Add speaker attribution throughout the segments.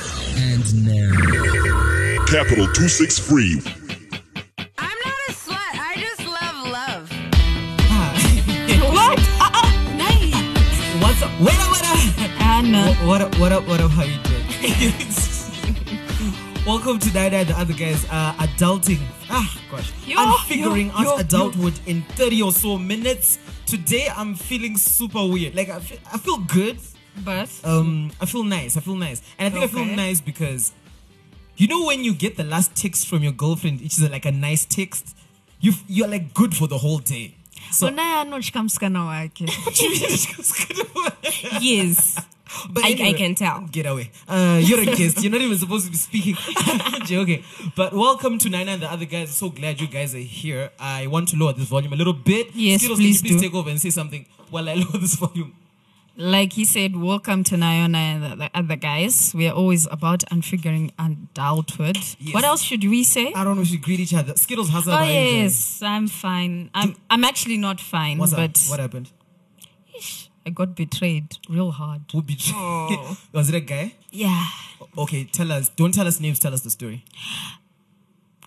Speaker 1: begins now.
Speaker 2: Capital 263.
Speaker 3: I'm not a slut. I just love love.
Speaker 4: what? Uh-uh.
Speaker 3: Nice.
Speaker 4: What's up? What up, what up?
Speaker 3: Anna.
Speaker 4: What up, what up, what up, how you doing? Welcome to Dada and the Other Guys uh, Adulting. Ah, gosh.
Speaker 3: Yo,
Speaker 4: I'm figuring
Speaker 3: yo,
Speaker 4: out
Speaker 3: yo,
Speaker 4: adulthood in 30 or so minutes. Today I'm feeling super weird. Like, I feel, I feel good.
Speaker 3: But
Speaker 4: Um, I feel nice. I feel nice. And I think I
Speaker 3: Okay.
Speaker 4: feel nice because, you know, when you get the last text from your girlfriend, which is like a nice text, you you're like good for the whole day. So,
Speaker 3: unaye anotyika musikana wake yes
Speaker 4: But
Speaker 3: I- I can tell.
Speaker 4: Get away. Uh, you're a guest. You're not even supposed to be speaking. Joking. But welcome to Nina and the other guys. So glad you guys are here. I want to lower this volume a little bit.
Speaker 3: Yes,
Speaker 4: Skittles,
Speaker 3: please
Speaker 4: can you please
Speaker 3: do.
Speaker 4: take over and say something while I lower this volume.
Speaker 3: like he said welcome to nayona and the, the other guys we are always about unfiguring adulthood
Speaker 4: Yes.
Speaker 3: what else should we say
Speaker 4: I don't know if you greet each other. Skittles has a
Speaker 3: oh yes i'm fine i'm i'm actually not fine
Speaker 4: What's
Speaker 3: but
Speaker 4: up? What happened?
Speaker 3: i got betrayed real hard
Speaker 4: Who betrayed?
Speaker 3: Oh.
Speaker 4: Was it a guy?
Speaker 3: yeah
Speaker 4: Okay, tell us. Don't tell us names. Tell us the story.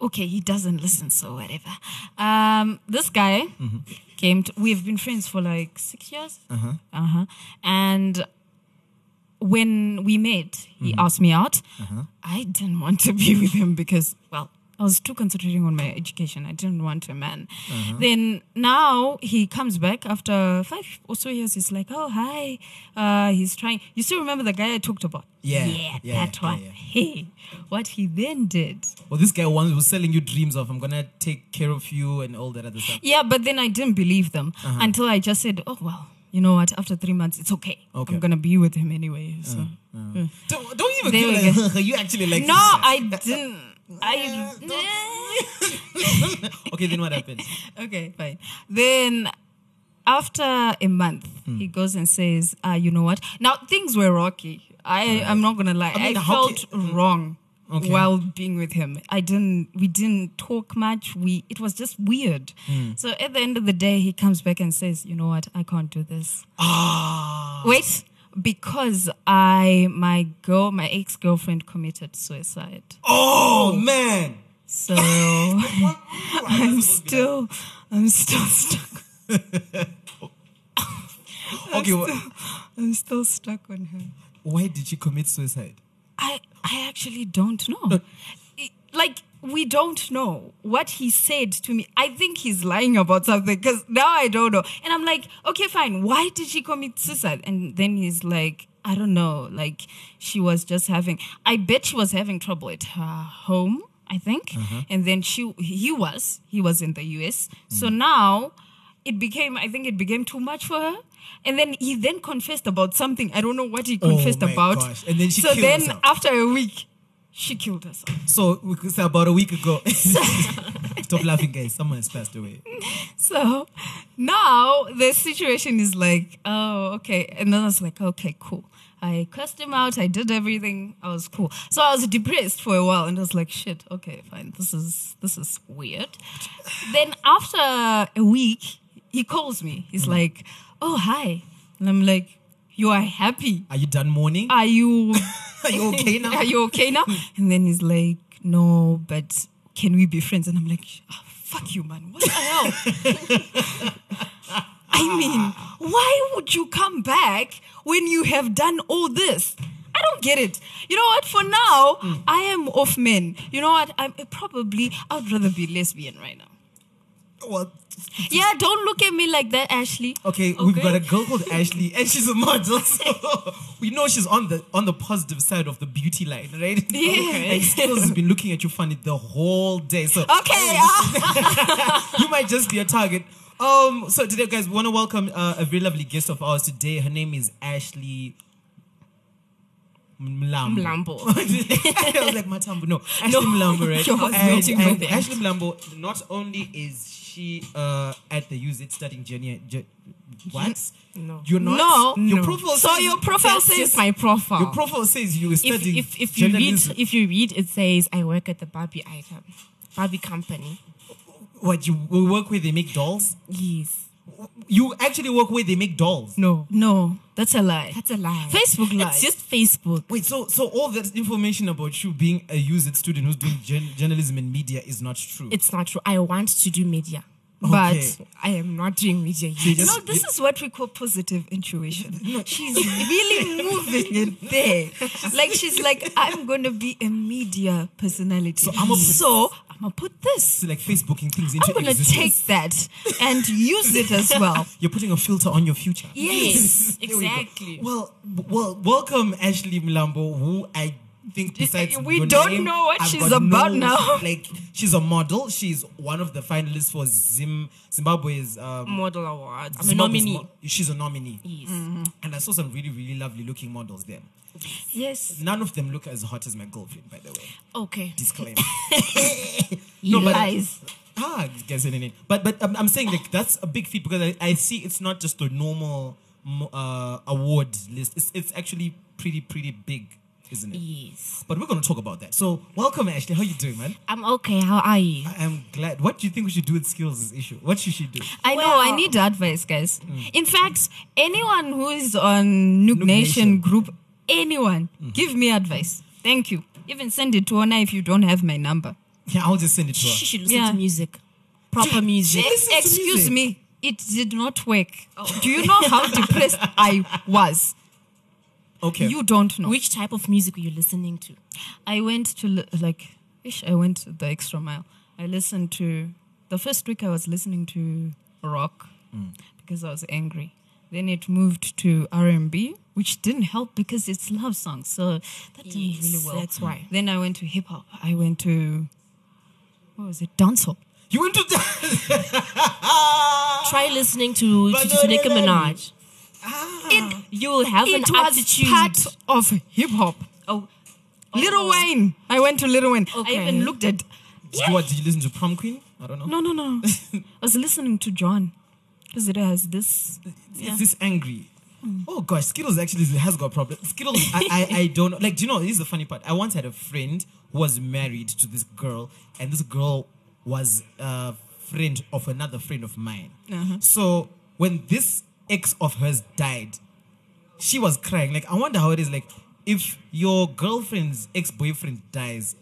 Speaker 3: okay, he doesn't listen, so whatever. Um, this guy came. To, we've been friends for like six years. Uh
Speaker 4: Uh-huh.
Speaker 3: huh. Uh huh. And when we met, he
Speaker 4: Mm-hmm.
Speaker 3: asked me out.
Speaker 4: Uh-huh.
Speaker 3: I didn't want to be with him because, well, I was too concentrating on my education. I didn't want a man.
Speaker 4: Uh-huh.
Speaker 3: Then now he comes back after five or so years. He's like, oh, hi. Uh, he's trying. You still remember the guy I talked about?
Speaker 4: Yeah.
Speaker 3: Yeah,
Speaker 4: Yeah,
Speaker 3: that
Speaker 4: yeah,
Speaker 3: one.
Speaker 4: yeah.
Speaker 3: Hey, what he then did.
Speaker 4: Well, this guy once was selling you dreams of I'm gonna take care of you and all that other stuff.
Speaker 3: Yeah, but then I didn't believe them until I just said, oh, well, you know what? After three months, it's okay.
Speaker 4: Okay.
Speaker 3: I'm going to be with him anyway. So.
Speaker 4: Don't, don't even
Speaker 3: There
Speaker 4: give
Speaker 3: we
Speaker 4: like, you actually like
Speaker 3: No,
Speaker 4: this guy.
Speaker 3: I didn't. I.
Speaker 4: okay, then what happened?
Speaker 3: okay, fine. Then after a month,
Speaker 4: Hmm.
Speaker 3: he goes and says, ah, you know what? Now, things were rocky. I, I'm not going to lie. I,
Speaker 4: I mean, the
Speaker 3: felt
Speaker 4: hockey-
Speaker 3: wrong.
Speaker 4: Okay.
Speaker 3: While being with him, I didn't. We didn't talk much. We it was just weird.
Speaker 4: Hmm.
Speaker 3: So at the end of the day, he comes back and says, "You know what? I can't do this.
Speaker 4: Ah,
Speaker 3: Wait, because I my girl, my ex girlfriend committed suicide.
Speaker 4: oh man,
Speaker 3: So I'm still I'm still stuck.
Speaker 4: okay. wha-
Speaker 3: I'm still stuck on her.
Speaker 4: why did she commit suicide?
Speaker 3: I I actually don't know. It- like we don't know what he said to me. I think he's lying about something because now I don't know. And I'm like, okay, fine. Why did she commit suicide? And then he's like, I don't know. Like she was just having. I bet she was having trouble at her home. I think.
Speaker 4: Mm-hmm.
Speaker 3: And then she he was he was in the U.S.
Speaker 4: Mm.
Speaker 3: So now it became I think it became too much for her. And then he then confessed about something. I don't know what he
Speaker 4: Oh
Speaker 3: confessed
Speaker 4: my
Speaker 3: about.
Speaker 4: gosh. And then she
Speaker 3: so
Speaker 4: killed
Speaker 3: then
Speaker 4: herself.
Speaker 3: after a week, she killed herself.
Speaker 4: So we could say about a week ago. Stop laughing, guys. Someone has passed away.
Speaker 3: So now the situation is like, oh, okay. And then I was like, okay, cool. I cussed him out. I did everything. I was cool. So I was depressed for a while, and I was like, shit. Okay, fine. This is this is weird. then after a week, he calls me. He's like, oh hi, and I'm like, you are happy.
Speaker 4: Are you done mourning?
Speaker 3: Are you
Speaker 4: Are you okay now?
Speaker 3: Uh, Are you okay now? And then he's like, no, but can we be friends? And I'm like, "Ah, fuck you, man. What the hell? I mean, why would you come back when you have done all this? I don't get it. You know what? For now, I am off men. You know what? I'm probably, I'd rather be lesbian right now.
Speaker 4: Well,
Speaker 3: Yeah, don't look at me like that, Ashley.
Speaker 4: okay, we've got a girl called Ashley, and she's a model, so we know she's on the on the positive side of the beauty line, right?
Speaker 3: Yeah.
Speaker 4: And Skills has been looking at you funny the whole day, so
Speaker 3: Okay. ah.
Speaker 4: you might just be a target. Um, so today, guys, we want to welcome uh, a very lovely guest of ours today. Her name is Ashley Mlambo.
Speaker 3: Mlambo.
Speaker 4: I was like, Matambo. No, Ashley Mlambo, right?
Speaker 3: I was
Speaker 4: And-
Speaker 3: waiting for
Speaker 4: and
Speaker 3: that.
Speaker 4: Ashley Mlambo, not only is she uh, at the Use It Starting Journey, ju- what? No. You're
Speaker 3: No.
Speaker 4: not? Your
Speaker 3: No.
Speaker 4: profile
Speaker 3: So
Speaker 4: says,
Speaker 3: your profile
Speaker 4: Yes,
Speaker 3: says-
Speaker 4: yes.
Speaker 5: my profile.
Speaker 4: Your profile says you were
Speaker 5: if,
Speaker 4: studying
Speaker 5: if, if you read
Speaker 4: journalism.
Speaker 5: if you read it says I work at the Barbie item. Barbie company.
Speaker 4: What, you work with, they make dolls?
Speaker 5: Yes.
Speaker 4: You actually work where they make dolls.
Speaker 5: No,
Speaker 3: No, that's a lie.
Speaker 5: that's a lie.
Speaker 3: Facebook lies.
Speaker 5: It's just Facebook.
Speaker 4: Wait, so so all that information about you being a UZ student who's doing gen- journalism and media is not true.
Speaker 5: It's not true. I want to do media,
Speaker 4: Okay.
Speaker 5: but I am not doing media yet.
Speaker 4: just-
Speaker 3: no, this is what we call positive intuition. She's really moving it there. Like she's like, I'm gonna be a media personality. So
Speaker 4: I'ma put-
Speaker 3: I'ma put this.
Speaker 4: It's like Facebooking things into
Speaker 3: I'm gonna
Speaker 4: existence.
Speaker 3: take that and use it as well.
Speaker 4: You're putting a filter on your future.
Speaker 3: Yes,
Speaker 4: There we go.
Speaker 5: exactly.
Speaker 4: Well, w- well, welcome Ashley Mlambo, who I think besides
Speaker 3: We
Speaker 4: your
Speaker 3: don't
Speaker 4: name,
Speaker 3: know what
Speaker 4: I've
Speaker 3: she's
Speaker 4: got
Speaker 3: about now.
Speaker 4: Like she's a model. She's one of the finalists for Zim Zimbabwe's. Um,
Speaker 5: Model awards. I'm a
Speaker 4: Zimbabwe's
Speaker 5: nominee.
Speaker 4: mo- she's a nominee, Mm-hmm.
Speaker 5: Yes.
Speaker 4: and I saw some really, really lovely looking models there.
Speaker 3: Yes.
Speaker 4: None of them look as hot as my girlfriend, by the way.
Speaker 5: Okay.
Speaker 4: Disclaimer.
Speaker 3: No,
Speaker 4: but-
Speaker 3: lies.
Speaker 4: Ah, guess it in it. But but I'm, I'm saying like that's a big feat because I, I see it's not just a normal mm, uh, award list. It's it's actually pretty pretty big, isn't it?
Speaker 5: Yes.
Speaker 4: But we're gonna talk about that. So welcome, Ashley. How you doing, man?
Speaker 5: I'm okay. How are you?
Speaker 4: I am glad. What do you think we should do with skills issue? What should she do?
Speaker 3: I know, I
Speaker 5: Well-
Speaker 3: need advice, guys. In fact, anyone who is on Nook,
Speaker 4: Nook
Speaker 3: Nation,
Speaker 4: Nation.
Speaker 3: group, anyone, give me advice. Thank you. Even send it to Ona if you don't have my number.
Speaker 4: Yeah, I'll just send it to
Speaker 5: She
Speaker 4: her.
Speaker 5: should listen
Speaker 3: Yeah.
Speaker 5: to music. Proper music.
Speaker 4: Yes. Listen to
Speaker 3: Excuse
Speaker 4: music.
Speaker 3: me, it did not work.
Speaker 5: Oh.
Speaker 3: Do you know how depressed I was?
Speaker 4: Okay.
Speaker 3: You don't know.
Speaker 5: Which type of music are you listening to?
Speaker 3: I went to li- like, ish, I went the extra mile. I listened to the first week I was listening to rock because I was angry. Then it moved to R and B, which didn't help because it's love songs, so that didn't
Speaker 5: Yes,
Speaker 3: really well.
Speaker 5: that's why.
Speaker 3: Then I went to hip hop. I went to what was it? Dancehall.
Speaker 4: you went to
Speaker 5: Try listening to, to,
Speaker 4: Banana
Speaker 5: to Nicki Minaj.
Speaker 3: It,
Speaker 5: You'll have an
Speaker 3: it was
Speaker 5: attitude.
Speaker 3: part of hip hop.
Speaker 5: oh,
Speaker 3: Little Wayne. I went to Little Wayne. I
Speaker 5: Okay.
Speaker 3: even looked at.
Speaker 4: what? Did you listen to Prom Queen? I don't know.
Speaker 3: No, no, no. I was listening to John because it has this
Speaker 4: Is this angry? Oh gosh, Skittles actually has got a problem. Skittles, I, I, I don't know. Like, do you know, this is the funny part. I once had a friend who was married to this girl, and this girl was a friend of another friend of mine. So when this ex of hers died, she was crying. Like, I wonder how it is. Like, if your girlfriend's ex boyfriend dies,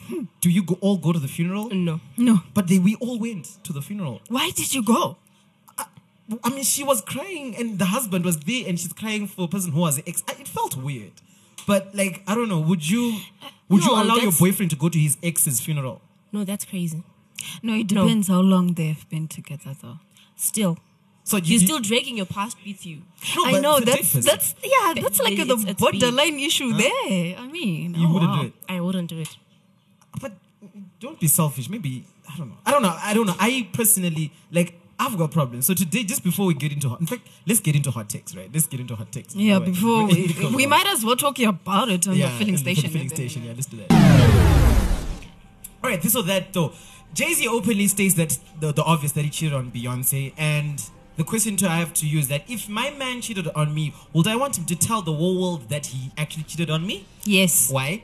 Speaker 4: hmm, do you go, all go to the funeral?
Speaker 5: no.
Speaker 3: No.
Speaker 4: But they, we all went to the funeral.
Speaker 3: Why did you go?
Speaker 4: I mean, she was crying, and the husband was there, and she's crying for a person who was an ex. It felt weird, but like I don't know. Would you would you
Speaker 5: No,
Speaker 4: allow your
Speaker 5: that's-
Speaker 4: boyfriend to go to his ex's funeral?
Speaker 5: No, that's crazy.
Speaker 3: No, it depends how long they've been together, though.
Speaker 5: Still.
Speaker 4: So you,
Speaker 5: You're
Speaker 4: you-
Speaker 5: still dragging your past with you.
Speaker 4: No,
Speaker 3: I
Speaker 4: but
Speaker 3: know
Speaker 4: it's a
Speaker 3: that's
Speaker 4: date person.
Speaker 3: that's yeah, that's like
Speaker 5: It's-
Speaker 3: the
Speaker 5: it's big.
Speaker 3: borderline issue there. I mean,
Speaker 4: you
Speaker 3: oh,
Speaker 4: wouldn't
Speaker 3: wow.
Speaker 4: do it.
Speaker 5: I wouldn't do it.
Speaker 4: But don't be selfish. Maybe I don't know. I don't know. I don't know. I personally like I've got problems. So today, just before we get into hot, in fact, let's get into hot takes, right? Let's get into hot takes.
Speaker 3: Yeah,
Speaker 4: Right.
Speaker 3: before we,
Speaker 4: Because
Speaker 3: we
Speaker 4: of-
Speaker 3: might as well talk about it on the filling
Speaker 4: and
Speaker 3: station.
Speaker 4: filling
Speaker 3: and then-
Speaker 4: station. Yeah, let's do that. All right, this or that though. Jay Z openly states that the, the obvious that he cheated on Beyonce, and the question to I have to you is that if my man cheated on me, would I want him to tell the whole world that he actually cheated on me?
Speaker 3: Yes,
Speaker 4: Why?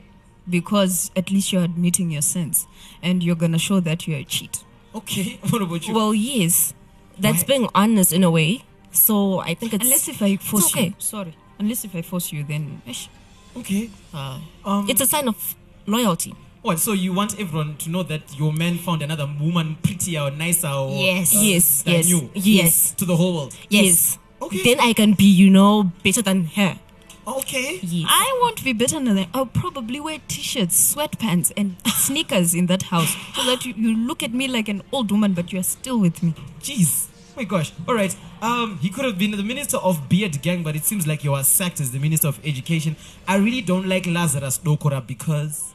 Speaker 3: because at least you're admitting your sins, and you're gonna show that you're a cheat.
Speaker 4: Okay, what about you?
Speaker 5: Well, yes. That's
Speaker 4: Why?
Speaker 5: being honest in a way. So I think it's.
Speaker 3: Unless if I force
Speaker 5: okay.
Speaker 3: you, sorry. Unless if I force you, then Ish.
Speaker 4: okay.
Speaker 5: uh,
Speaker 4: Um,
Speaker 5: it's a sign of loyalty.
Speaker 4: what? So you want everyone to know that your man found another woman prettier or nicer or uh,
Speaker 5: Yes. Yes,
Speaker 4: than
Speaker 5: yes,
Speaker 4: you
Speaker 5: yes.
Speaker 4: to the whole world?
Speaker 5: Yes.
Speaker 4: Okay.
Speaker 5: Then I can be, you know, better than her.
Speaker 4: Okay.
Speaker 5: Yes.
Speaker 3: I won't be better than that. I'll probably wear t-shirts, sweatpants, and sneakers in that house so that you, you look at me like an old woman, but you're still with me.
Speaker 4: Jeez. Oh my gosh. All right. Um, he could have been the minister of Beard Gang, but it seems like you are sacked as the minister of education. I really don't like Lazarus Dokora because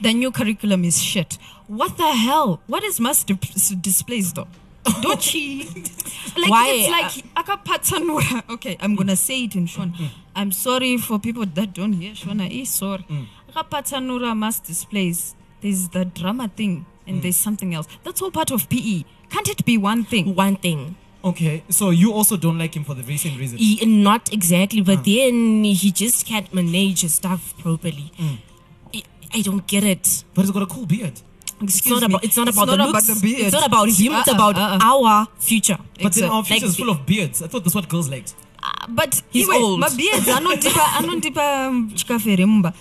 Speaker 3: The new curriculum is shit. What the hell? What is mass dip- s- displays though? Don't she? Like
Speaker 5: Why, uh,
Speaker 3: it's like akapatsanura. Okay, I'm gonna say it in
Speaker 5: Mm.
Speaker 3: Shona. I'm sorry for people that don't hear Shona. Eh, sorry.
Speaker 5: Mm.
Speaker 3: Akapatsanura mass displays. There's the drama thing, and
Speaker 5: Mm.
Speaker 3: there's something else. That's all part of PE. Can't it be one thing?
Speaker 5: One thing.
Speaker 4: okay. So you also don't like him for the very same reason.
Speaker 5: He, not exactly, but
Speaker 3: Hmm.
Speaker 5: then he just
Speaker 3: Hmm.
Speaker 5: can't manage his stuff properly. I, I don't get it.
Speaker 4: But he's got a cool beard.
Speaker 5: It's
Speaker 3: Excuse
Speaker 5: not
Speaker 3: me.
Speaker 5: about. It's not about the looks.
Speaker 3: the beard.
Speaker 5: It's not about him. it's
Speaker 3: Uh-uh,
Speaker 5: about
Speaker 3: uh-uh.
Speaker 5: our future.
Speaker 4: But then our
Speaker 5: Exact-
Speaker 4: future is full of beards. I thought that's what girls liked.
Speaker 3: But
Speaker 5: He's
Speaker 3: anyway,
Speaker 5: old.
Speaker 3: My beard. anondipa anondipa um, chikafere mumba.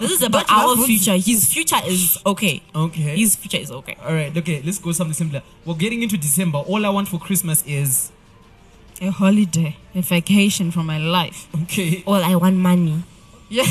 Speaker 5: This is about
Speaker 3: But
Speaker 5: our
Speaker 3: what would-
Speaker 5: future. His future is okay.
Speaker 4: Okay.
Speaker 5: His future is okay.
Speaker 4: all right, okay, let's go something simpler. We're getting into December. All I want for Christmas is
Speaker 3: A holiday, a vacation from my life.
Speaker 4: okay.
Speaker 5: All I want money.
Speaker 3: Yeah.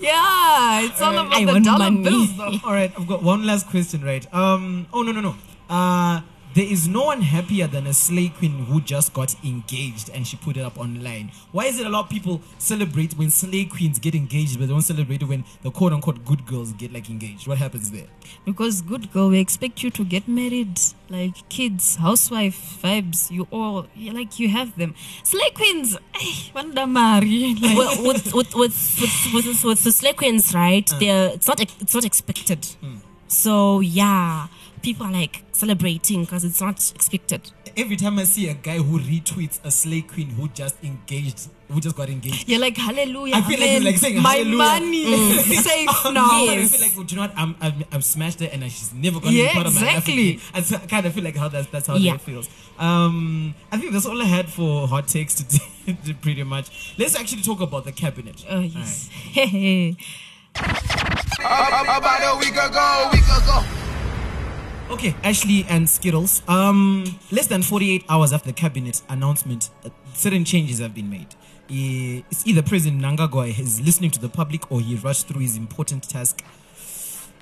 Speaker 3: yeah, it's all about
Speaker 5: I
Speaker 3: the
Speaker 5: want
Speaker 3: dollar
Speaker 5: money.
Speaker 3: bills though.
Speaker 4: All right, I've got one last question, right? Um, oh no, no, no. Uh, there is no one happier than a slay queen who just got engaged and she put it up online. Why is it a lot of people celebrate when slay queens get engaged, but they don't celebrate when the quote unquote good girls get like engaged? What happens there?
Speaker 3: Because good girl, we expect you to get married, like kids, housewife vibes. You all you- like you have them. Slay queens, eh, wanda mari. Like,
Speaker 5: well, with with with with with, with the Slaquins, right?
Speaker 3: Hmm.
Speaker 5: They're it's not ex- it's not expected. So yeah, people are like celebrating because it's not expected.
Speaker 4: Every time I see a guy who retweets a slay queen who just engaged, who just got engaged,
Speaker 3: you're like hallelujah.
Speaker 4: I feel like
Speaker 3: amen.
Speaker 4: you're like saying
Speaker 3: my
Speaker 4: hallelujah. Mm.
Speaker 3: money is safe now.
Speaker 4: I feel like, well, do you know what? I'm, I'm, I'm smashed there and I- she's never going to
Speaker 3: Yeah,
Speaker 4: be part of my life
Speaker 3: exactly.
Speaker 4: again. I s- I kind of feel like how that's, that's how
Speaker 5: Yeah.
Speaker 4: that feels. Um, I think that's all I had for hot takes today, pretty much. Let's actually talk about the cabinet.
Speaker 3: Oh yes. Hey,
Speaker 1: Ab- About a week ago, week ago.
Speaker 4: Okay, Ashley and Skittles. Um, less than 48 hours after the cabinet announcement, uh, certain changes have been made. Eh, It's either President Nangagoy is listening to the public or he rushed through his important task.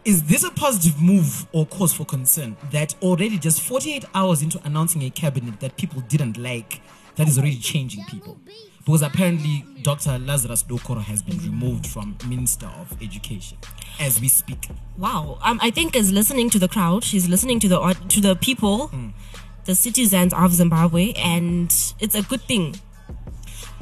Speaker 4: Is this a positive move or cause for concern that already just 48 hours into announcing a cabinet that people didn't like, that is already changing people? Because apparently Dr. Lazarus Dokoro has been removed from Minister of Education as we speak.
Speaker 5: Wow. Um, I think is listening to the crowd. She's listening to the aud- to the people,
Speaker 4: Hmm.
Speaker 5: the citizens of Zimbabwe, and it's a good thing.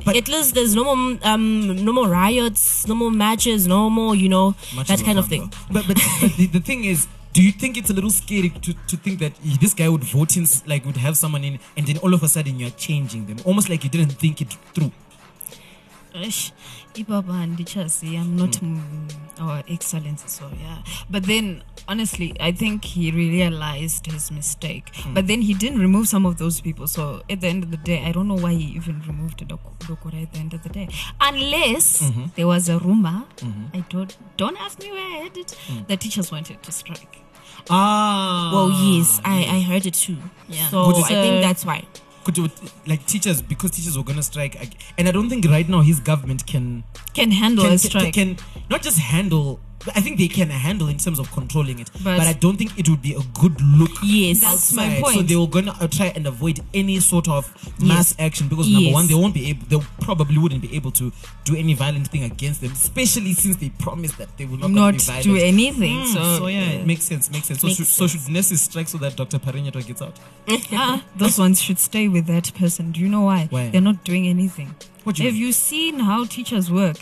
Speaker 4: But-
Speaker 5: At least there's no more um, no more riots, no more matches, no more you know
Speaker 4: much
Speaker 5: that
Speaker 4: as
Speaker 5: kind
Speaker 4: I
Speaker 5: of thing.
Speaker 4: want, though. But but, but the, the thing is, do you think it's a little scary to, to think that he- this guy would vote in, s- like would have someone in, and then all of a sudden you're changing them, almost like you didn't think it through?
Speaker 3: Ish. Ibaba and Dichasi, I'm not
Speaker 4: Hmm.
Speaker 3: mm. our excellence, so yeah. But then, honestly, I think he realized his mistake.
Speaker 4: Hmm.
Speaker 3: But then he didn't remove some of those people. So at the end of the day, I don't know why he even removed Dok- Dokura at the end of the day. Unless
Speaker 4: Mm-hmm.
Speaker 3: there was a rumor, I don't, don't ask me where I heard it,
Speaker 4: Hmm.
Speaker 3: the teachers wanted to strike.
Speaker 4: Ah,
Speaker 5: Well, Oh, yes, I, I heard it too.
Speaker 3: Yeah.
Speaker 5: So
Speaker 4: Would you-
Speaker 5: I think that's why.
Speaker 4: could you, like teachers because teachers were gonna strike, ag- and I don't think right now his government can
Speaker 3: Can handle
Speaker 4: can,
Speaker 3: a
Speaker 4: can,
Speaker 3: strike.
Speaker 4: can not just handle. I think they can handle in terms of controlling it, but,
Speaker 3: But-
Speaker 4: I don't think it would be a good look.
Speaker 5: Yes.
Speaker 3: That's my
Speaker 4: outside. So
Speaker 3: point.
Speaker 4: they were gonna uh, try and avoid any sort of mass action because number
Speaker 5: Yes.
Speaker 4: one, they won't be able. They probably wouldn't be able to do any violent thing against them, especially since they promised that they will not, gonna
Speaker 3: not
Speaker 4: be violent.
Speaker 3: do anything.
Speaker 4: Mm,
Speaker 3: so,
Speaker 4: so, yeah, it makes sense. Makes sense. So,
Speaker 5: Makes
Speaker 4: should, so should nurses strike so that Dr. Parinyato gets out?
Speaker 3: Ah, those ones should stay with that person. Do you know why?
Speaker 4: Why?
Speaker 3: They're not doing anything.
Speaker 4: What do you
Speaker 3: Have
Speaker 4: mean?
Speaker 3: you seen how teachers work?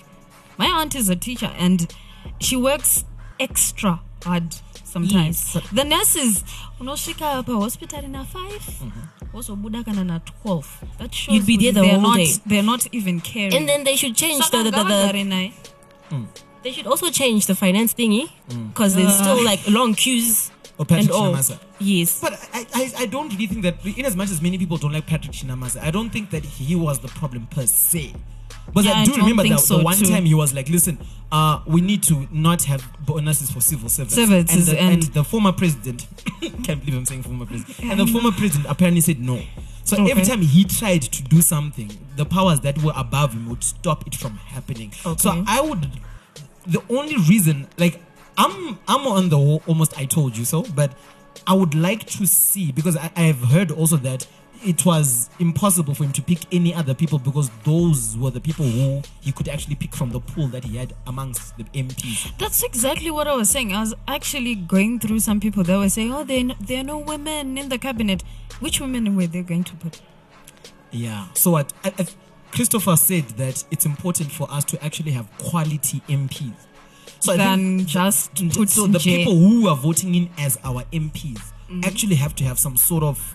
Speaker 3: My aunt is a teacher and she works extra hard sometimes.
Speaker 5: Yes.
Speaker 3: The nurses, unosvika hapa hospital na 5 wozobuda kana na 12 that shows
Speaker 5: Mm-hmm. You'd be there the
Speaker 3: they're
Speaker 5: whole
Speaker 3: not
Speaker 5: day.
Speaker 3: they're not even caring
Speaker 5: And then they should change
Speaker 3: Saka
Speaker 5: the, the, the, the-
Speaker 3: gavazare naye.
Speaker 5: they should also change the finance thingy because there's
Speaker 3: Uh.
Speaker 5: still like long queues
Speaker 4: Or Hmm. Patrick
Speaker 5: and all.
Speaker 4: Chinamasa.
Speaker 5: Yes.
Speaker 4: But I, I, I don't really think that, in as much as many people don't like Patrick Chinamasa, I don't think that he was the problem per se. But
Speaker 3: Yeah,
Speaker 4: I
Speaker 3: I
Speaker 4: do
Speaker 3: don't
Speaker 4: remember
Speaker 3: think
Speaker 4: that
Speaker 3: so
Speaker 4: the one
Speaker 3: too.
Speaker 4: time he was like, listen, uh, we need to not have bonuses for civil servants.
Speaker 3: Servants
Speaker 4: and,
Speaker 3: is
Speaker 4: the, and
Speaker 3: end.
Speaker 4: the former president, can't believe I'm saying former president, and the former president apparently said no. So
Speaker 3: Okay.
Speaker 4: every time he tried to do something, the powers that were above him would stop it from happening. So
Speaker 3: Okay.
Speaker 4: I would the only reason like i'm i'm on the whole almost i told you so but i would like to see because i i've heard also that it was impossible for him to pick any other people because those were the people who he could actually pick from the pool that he had amongst the MPs.
Speaker 3: That's exactly what I was saying. I was actually going through some people that were saying, "Oh, there there are no women in the cabinet." Which women were they going to put?
Speaker 4: Yeah. So what? I, I, Christopher said that it's important for us to actually have quality MPs. So I think
Speaker 3: than just put
Speaker 4: so the
Speaker 3: J. Mm-hmm.
Speaker 4: people who are voting in as our MPs actually have to have some sort of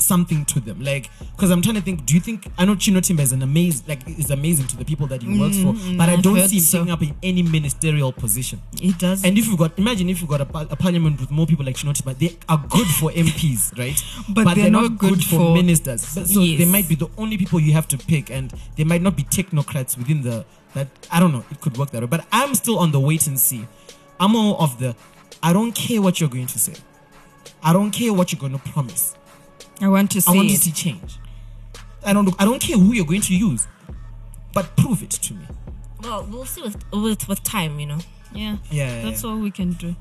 Speaker 4: something to them. Like, because I'm trying to think, do you think, I know Chino Timba is an amazing, like, is amazing to the people that he works for, but I
Speaker 3: Mm-hmm. I've
Speaker 4: don't
Speaker 3: heard
Speaker 4: see him
Speaker 3: so.
Speaker 4: taking up in any ministerial position.
Speaker 3: It does.
Speaker 4: And if you've got, imagine if you've got a, par- a parliament with more people like Chino Timba, they are good for MPs, right?
Speaker 3: But they're not good for-
Speaker 4: ministers. But, so they
Speaker 3: Yes.
Speaker 4: might be the only people you have to pick, and they might not be technocrats within the, that, I don't know, it could work that way. But I'm still on the wait and see. I'm all of the, I don't care what you're going to say. I don't care what you're going to promise.
Speaker 3: I want to see.
Speaker 4: I want to
Speaker 3: it.
Speaker 4: see change. I don't. I don't care who you're going to use, but prove it to me.
Speaker 5: Well, we'll see with with, with time, you know.
Speaker 3: Yeah.
Speaker 4: Yeah, yeah,
Speaker 3: That's
Speaker 4: yeah.
Speaker 3: all we can do.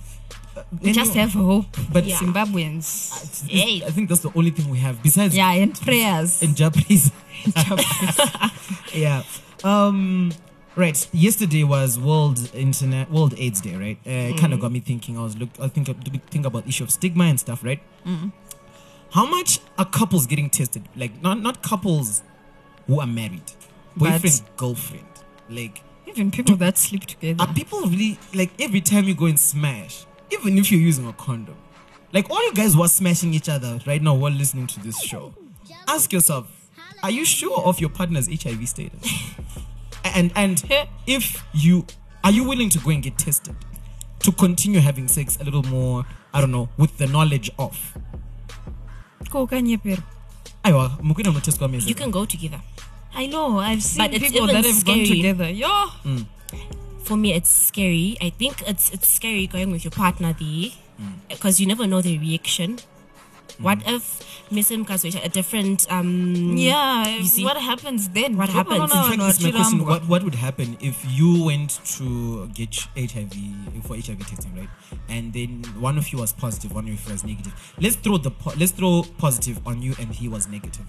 Speaker 4: Anyway,
Speaker 3: Just have hope.
Speaker 4: But-
Speaker 3: But
Speaker 5: Yeah.
Speaker 4: it's-
Speaker 3: Zimbabweans.
Speaker 5: Hey.
Speaker 4: I think that's the only thing we have besides
Speaker 3: Yeah, and prayers.
Speaker 4: in Japanese. yeah. Um. Right. Yesterday was World Internet World AIDS Day. Right. Uh, It Kind of got me thinking. I was look. I think. I think about issue of stigma and stuff. Right. How much are couples getting tested? Like not not couples who are married,
Speaker 3: But-
Speaker 4: boyfriend girlfriend. Like
Speaker 3: Even people that sleep together.
Speaker 4: Are people really like every time you go and smash, even if you're using a condom? Like all you guys were smashing each other right now while listening to this show. Ask yourself, are you sure of your partner's HIV status? and and if you are you willing to go and get tested to continue having sex a little more, I don't know, with the knowledge of
Speaker 3: Ko okanye pero.
Speaker 4: Aiwa, mukwena mnotestwa amazing.
Speaker 5: You can go together.
Speaker 3: I know. I've seen
Speaker 5: But it's
Speaker 3: people
Speaker 5: even
Speaker 3: that have gone
Speaker 5: scary.
Speaker 3: together. Yo.
Speaker 5: For me, it's scary. I think it's it's scary going with your partner there
Speaker 4: Mm.
Speaker 5: because you never know the reaction. What if Missing Kaswecha, a different um
Speaker 4: Mm.
Speaker 3: Yeah.
Speaker 5: You see?
Speaker 3: What happens then?
Speaker 5: What
Speaker 3: People
Speaker 5: happens?
Speaker 3: don't know
Speaker 4: In fact,
Speaker 3: how
Speaker 4: this is
Speaker 3: to
Speaker 4: my question.
Speaker 3: chilambwa.
Speaker 4: What, what would happen if you went to get HIV for HIV testing, right? And then one of you was positive, one of you was negative. Let's throw the po- let's throw positive on you, and he was negative.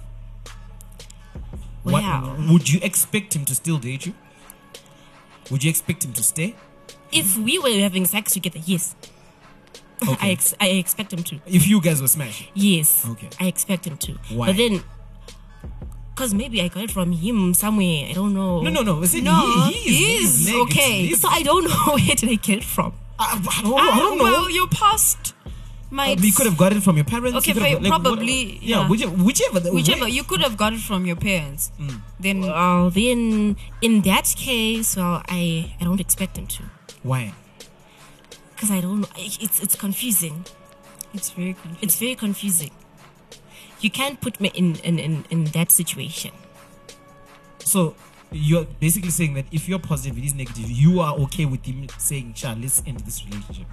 Speaker 4: What-
Speaker 5: Wow.
Speaker 4: would you expect him to still date you? Would you expect him to stay?
Speaker 5: If we were having sex together, yes, I
Speaker 4: Okay.
Speaker 5: ex- I expect him to.
Speaker 4: if you guys were smashed,
Speaker 5: Yes.
Speaker 4: Okay.
Speaker 5: I expect him to.
Speaker 4: Why?
Speaker 5: But then, because maybe I got it from him somewhere. I don't know.
Speaker 4: no, no, no. Listen,
Speaker 3: No,
Speaker 4: he, he is,
Speaker 3: he is
Speaker 4: negative.
Speaker 3: okay.
Speaker 4: He is-
Speaker 5: So I don't know where did I get it from.
Speaker 4: I, I don't, I
Speaker 3: Ah,
Speaker 4: don't know. Uh,
Speaker 3: Well, your past might.
Speaker 4: we could have got it from your parents.
Speaker 3: Okay,
Speaker 4: you could have
Speaker 3: fa-
Speaker 4: got- like,
Speaker 3: probably,
Speaker 4: what- yeah,
Speaker 3: yeah.
Speaker 4: Whichever, whichever. the-
Speaker 3: Whichever. You could have got it from your parents.
Speaker 4: Mm.
Speaker 3: Then.
Speaker 5: Well, then in that case, well, I I don't expect him to
Speaker 4: Why?
Speaker 5: because I don't know. I- It's it's confusing.
Speaker 3: it's very confusing.
Speaker 5: It's very confusing. You can't put me in in in, in that situation.
Speaker 4: So you're basically saying that if you're positive, it is negative. You are okay with him saying, "Sha, let's end this relationship."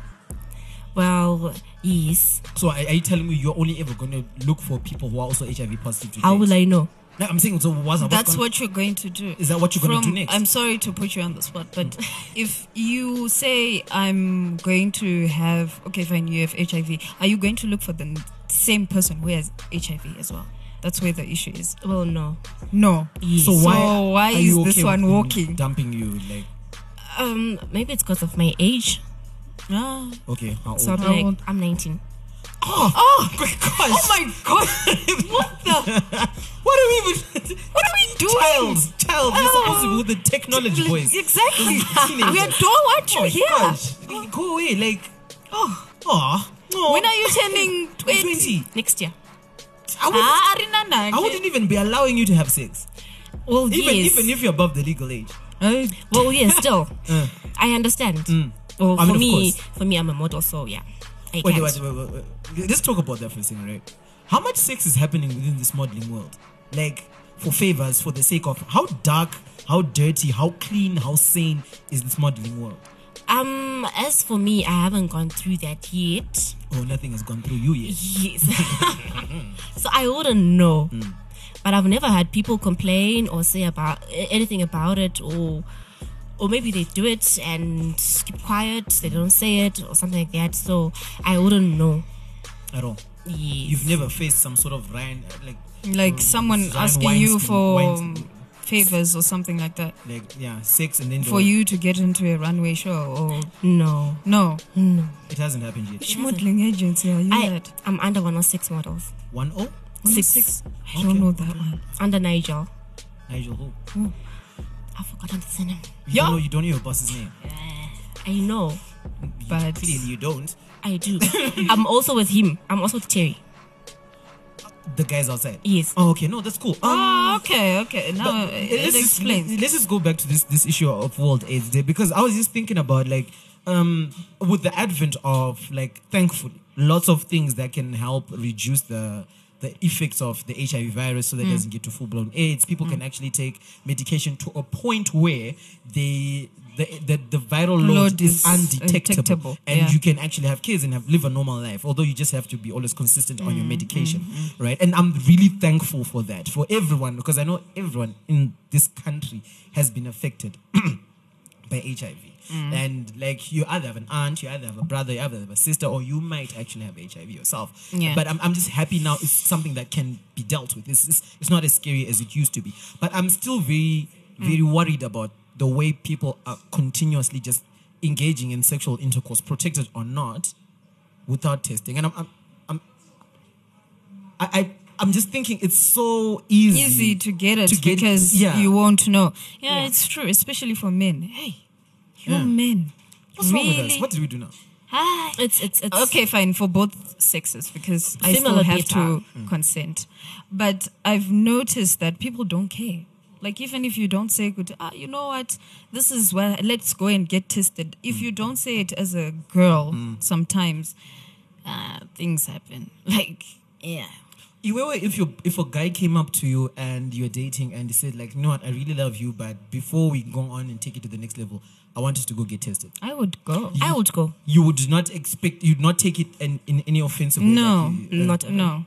Speaker 5: Well, yes.
Speaker 4: So are, are you telling me you're only ever going to look for people who are also HIV positive? To
Speaker 5: How
Speaker 4: date?
Speaker 5: will I know?
Speaker 4: No, I'm saying so. What's, what's
Speaker 3: That's
Speaker 4: gonna-
Speaker 3: what you're going to do.
Speaker 4: Is that what you're gonna
Speaker 3: From-
Speaker 4: do next?
Speaker 3: I'm sorry to put you on the spot, but if you say I'm going to have okay, fine, you have HIV, are you going to look for the n- same person who has HIV as well? That's where the issue is.
Speaker 5: Well, no.
Speaker 3: No.
Speaker 4: So
Speaker 3: So
Speaker 4: why?
Speaker 3: why
Speaker 4: are
Speaker 3: is
Speaker 4: you
Speaker 3: this
Speaker 4: okay
Speaker 3: one
Speaker 4: with him
Speaker 3: walking?
Speaker 4: Dumping you like
Speaker 5: Um, maybe it's because of my age.
Speaker 3: Ah.
Speaker 4: okay? How old?
Speaker 3: Sorry. How
Speaker 5: Like,
Speaker 3: old?
Speaker 5: I'm 19.
Speaker 4: Oh, oh, good gosh!
Speaker 3: Oh my god! what the?
Speaker 4: What are we even?
Speaker 3: What are we doing?
Speaker 4: child, child, you're supposed to be with the technology
Speaker 3: Like,
Speaker 4: voice.
Speaker 3: Exactly.
Speaker 4: Teenager.
Speaker 3: we don't want you
Speaker 4: Oh,
Speaker 3: here.
Speaker 4: gosh. Go away, like,
Speaker 3: Oh.
Speaker 4: aw. no.
Speaker 3: When are you turning 20?
Speaker 5: Next year.
Speaker 4: I wouldn't,
Speaker 3: Ah, Arinana.
Speaker 4: I wouldn't even be allowing you to have sex.
Speaker 5: Well,
Speaker 4: Even
Speaker 5: yes.
Speaker 4: even if you're above the legal age.
Speaker 3: Hey.
Speaker 5: well, yes, still.
Speaker 4: Uh. Mm.
Speaker 5: I understand. Well,
Speaker 4: I mean,
Speaker 5: for
Speaker 4: of
Speaker 5: me,
Speaker 4: course.
Speaker 5: for me, I'm a model, so yeah. I
Speaker 4: Wait,
Speaker 5: can't.
Speaker 4: wait, wait, wait, wait. Let's talk about that for a second, right? How much sex is happening within this modeling world? Like, for favors, for the sake of how dark, how dirty, how clean, how sane is this modeling world?
Speaker 5: Um, as for me, I haven't gone through that yet.
Speaker 4: Oh, nothing has gone through you yet.
Speaker 5: Yes. so I wouldn't know. But I've never had people complain or say about a- anything about it or or maybe they do it and keep quiet, they don't say it or something like that. So I wouldn't know.
Speaker 4: At all.
Speaker 5: Yes.
Speaker 4: You've never faced some sort of Ryan, like,
Speaker 3: like
Speaker 4: uh,
Speaker 3: someone
Speaker 4: Ryan
Speaker 3: asking you
Speaker 4: Weinstein-
Speaker 3: for
Speaker 4: Weinstein,
Speaker 3: favors or something like that
Speaker 4: like, yeah, sex and then
Speaker 3: for
Speaker 4: the-
Speaker 3: you to get into a runway show or
Speaker 5: no.
Speaker 3: no
Speaker 4: It hasn't happened yet.
Speaker 3: which modeling agency are you
Speaker 5: I,
Speaker 3: at
Speaker 5: I'm under one or six models.
Speaker 4: One oh,
Speaker 5: Six.
Speaker 3: i don't
Speaker 4: Okay,
Speaker 3: know that one
Speaker 5: Under Nigel.
Speaker 4: Nigel Hope.
Speaker 5: I forgot his surname.
Speaker 4: You
Speaker 3: Yeah.
Speaker 4: don't know you don't know your boss's name.
Speaker 5: I know.
Speaker 3: but
Speaker 4: Clearly you don't.
Speaker 5: I do. I'm also with him. I'm also with Terry.
Speaker 4: the guys outside.
Speaker 5: Yes.
Speaker 4: Oh, okay. No, that's cool. Um,
Speaker 3: Oh, okay, okay.
Speaker 4: but
Speaker 3: Now it, Oh, it
Speaker 4: let's just-
Speaker 3: explains.
Speaker 4: let's just go back to this this issue of World AIDS Day because I was just thinking about like um with the advent of like thankfully lots of things that can help reduce the the effects of the HIV virus
Speaker 3: Mm.
Speaker 4: so that it doesn't get to full blown AIDS. People can actually take medication to a point where they the the, the viral load,
Speaker 3: Load
Speaker 4: is,
Speaker 3: is
Speaker 4: undetectable,
Speaker 3: undetectable,
Speaker 4: and
Speaker 3: yeah.
Speaker 4: you can actually have kids and have live a normal life. Although you just have to be always consistent on
Speaker 3: Mm,
Speaker 4: your medication, right? And I'm really thankful for that for everyone because I know everyone in this country has been affected by HIV.
Speaker 3: Mm-hmm.
Speaker 4: And like you either have an aunt, you either have a brother, you either have a sister, or you might actually have HIV yourself.
Speaker 3: Yeah.
Speaker 4: But I'm, I'm just happy now it's something that can be dealt with. It's, it's, it's not as scary as it used to be. But I'm still very, very
Speaker 3: Mm.
Speaker 4: worried about the way people are continuously just engaging in sexual intercourse, protected or not, without testing. And I'm, I'm, I'm, I, I, I'm just thinking it's so easy.
Speaker 3: Easy to get it
Speaker 4: to get-
Speaker 3: because
Speaker 4: yeah.
Speaker 3: you won't know. Yeah, it's true, especially for men. Hey, you
Speaker 4: Yeah.
Speaker 3: men.
Speaker 4: What's
Speaker 3: really?
Speaker 4: wrong with us? What did we do now?
Speaker 3: Ah.
Speaker 5: It's it's it's
Speaker 3: Okay, fine for both sexes because I still
Speaker 5: Similar
Speaker 3: have
Speaker 5: data.
Speaker 3: to
Speaker 4: Hmm.
Speaker 3: consent. But I've noticed that people don't care. Like even if you don't say good, ah, you know what, this is where let's go and get tested. If
Speaker 4: Hmm.
Speaker 3: you don't say it as a girl, sometimes uh, things happen. Like yeah,
Speaker 4: Iwewe, if you if a guy came up to you and you're dating and he said like, you know what, I really love you, but before we go on and take it to the next level, I want us to go get tested.
Speaker 3: I would go.
Speaker 5: I would go.
Speaker 4: You would not expect, you'd not take it in, in any offensive way.
Speaker 3: No,
Speaker 4: like you- uh,
Speaker 5: not at all.
Speaker 3: no,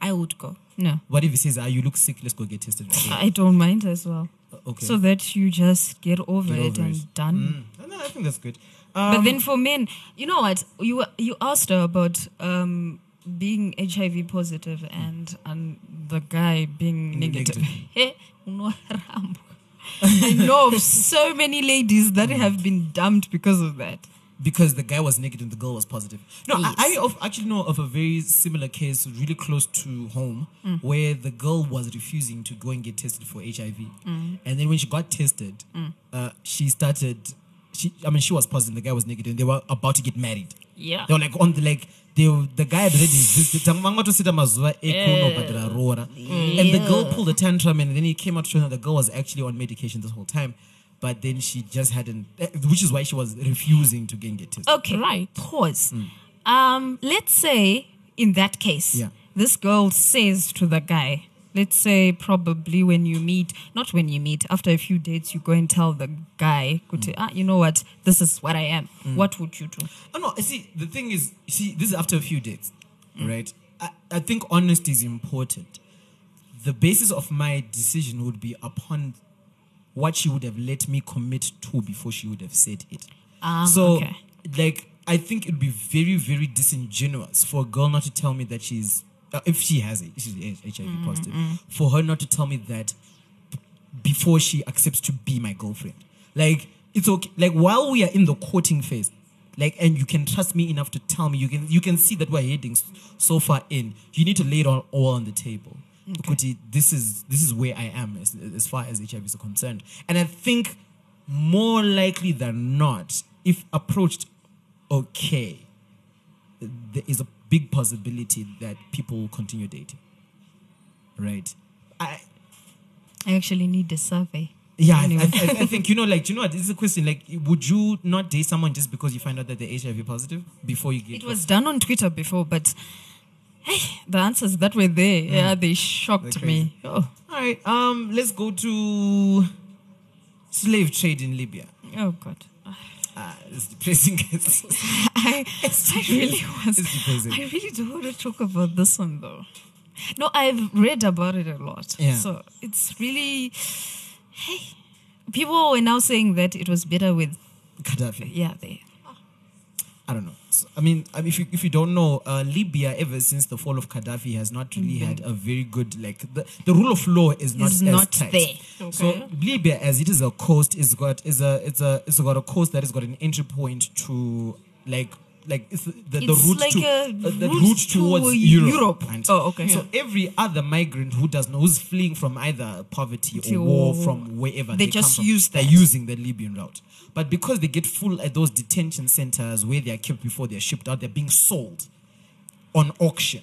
Speaker 5: I would go.
Speaker 3: no.
Speaker 4: What if he says, ah, you look sick, let's go get tested. right
Speaker 3: I don't mind as well.
Speaker 4: away? okay.
Speaker 3: So that you just get over
Speaker 4: Get
Speaker 3: it
Speaker 4: over
Speaker 3: and
Speaker 4: it.
Speaker 3: done.
Speaker 4: Mm. No, I think that's good.
Speaker 3: but
Speaker 4: Um,
Speaker 3: then for men, you know what? You were- you asked her about um, being HIV positive and and the guy being negative. Hey, unoramba. I know of so many ladies that have been dumped because of that.
Speaker 4: because the guy was negative and the girl was positive. No, I, I of, actually know of a very similar case really close to home where the girl was refusing to go and get tested for HIV. And then when she got tested, uh, she started, she, I mean, she was positive, the guy was negative, and they were about to get married.
Speaker 5: Yeah.
Speaker 4: They were like on the like they were- the guy had already insisted, "Tamanga tosita mazuva ekuno patararora." and the girl pulled a tantrum and then he came out showing that the girl was actually on medication this whole time. But then she just hadn't, eh, which is why she was refusing to go and get tested.
Speaker 3: Okay.
Speaker 5: Right.
Speaker 3: Pause. Um, let's say in that case,
Speaker 4: Mm. Yeah.
Speaker 3: this girl says to the guy, let's say probably when you meet, not when you meet, after a few dates, you go and tell the guy,
Speaker 4: Mm.
Speaker 3: "Kuti, ah, you know what, this is what I am. What would you do?
Speaker 4: Oh no! See, the thing is, see, this is after a few dates, right? I, I think honesty is important. The basis of my decision would be upon what she would have let me commit to before she would have said it.
Speaker 3: Ah,
Speaker 4: so,
Speaker 3: okay.
Speaker 4: like, I think it would be very, very disingenuous for a girl not to tell me that she's, uh, if she has it, she's HIV
Speaker 3: Mm,
Speaker 4: positive, for her not to tell me that before she accepts to be my girlfriend. Like it's okay. Like while we are in the courting phase, like and you can trust me enough to tell me you can you can see that we're heading s- so far in. You need to lay it all, all on the table. Kuti, this is this is where I am as, as far as HIV is concerned, and I think more likely than not, if approached okay, there is a big possibility that people will continue dating. Right. I
Speaker 3: I actually need a survey.
Speaker 4: yeah, I-
Speaker 3: Anyway.
Speaker 4: I, I, I think you know, like, do you know what? This is a question. Like, would you not date someone just because you find out that they're HIV positive before you get?
Speaker 3: It was done on Twitter before, but hey, the answers that were there, yeah, they shocked
Speaker 4: Mm. They're
Speaker 3: me. Oh,
Speaker 4: All right. Um, let's go to slave trade in Libya.
Speaker 3: oh God.
Speaker 4: Ah, it's depressing. it's
Speaker 3: I, I really was.
Speaker 4: It's depressing.
Speaker 3: I really do want to talk about this one though. No, I've read about it a lot.
Speaker 4: Yeah.
Speaker 3: So it's really. Hey, people were now saying that it was better with.
Speaker 4: Gaddafi.
Speaker 3: Yeah, they.
Speaker 4: I don't know. So, I mean, I mean, if you if you don't know, uh, Libya ever since the fall of Gaddafi has not really had a very good like the, the rule of law is not
Speaker 3: Mm-hmm.
Speaker 4: as
Speaker 3: Is not
Speaker 4: tight.
Speaker 3: there.
Speaker 4: So Libya, as it is a coast, is got is a it's a it's got a coast that has got an entry point to like like it's the, the,
Speaker 3: It's
Speaker 4: route
Speaker 3: like
Speaker 4: to uh,
Speaker 3: a
Speaker 4: the
Speaker 3: route
Speaker 4: route
Speaker 3: to
Speaker 4: towards Europe.
Speaker 3: Europe.
Speaker 4: and-
Speaker 3: Oh, okay.
Speaker 4: So every other migrant who does not who's fleeing from either poverty or
Speaker 3: To-
Speaker 4: war from wherever
Speaker 3: They
Speaker 4: they, come
Speaker 3: just
Speaker 4: from,
Speaker 3: use
Speaker 4: they're
Speaker 3: that.
Speaker 4: using the Libyan route. But because they get full at those detention centers where they are kept before they're shipped out, they're being sold on auction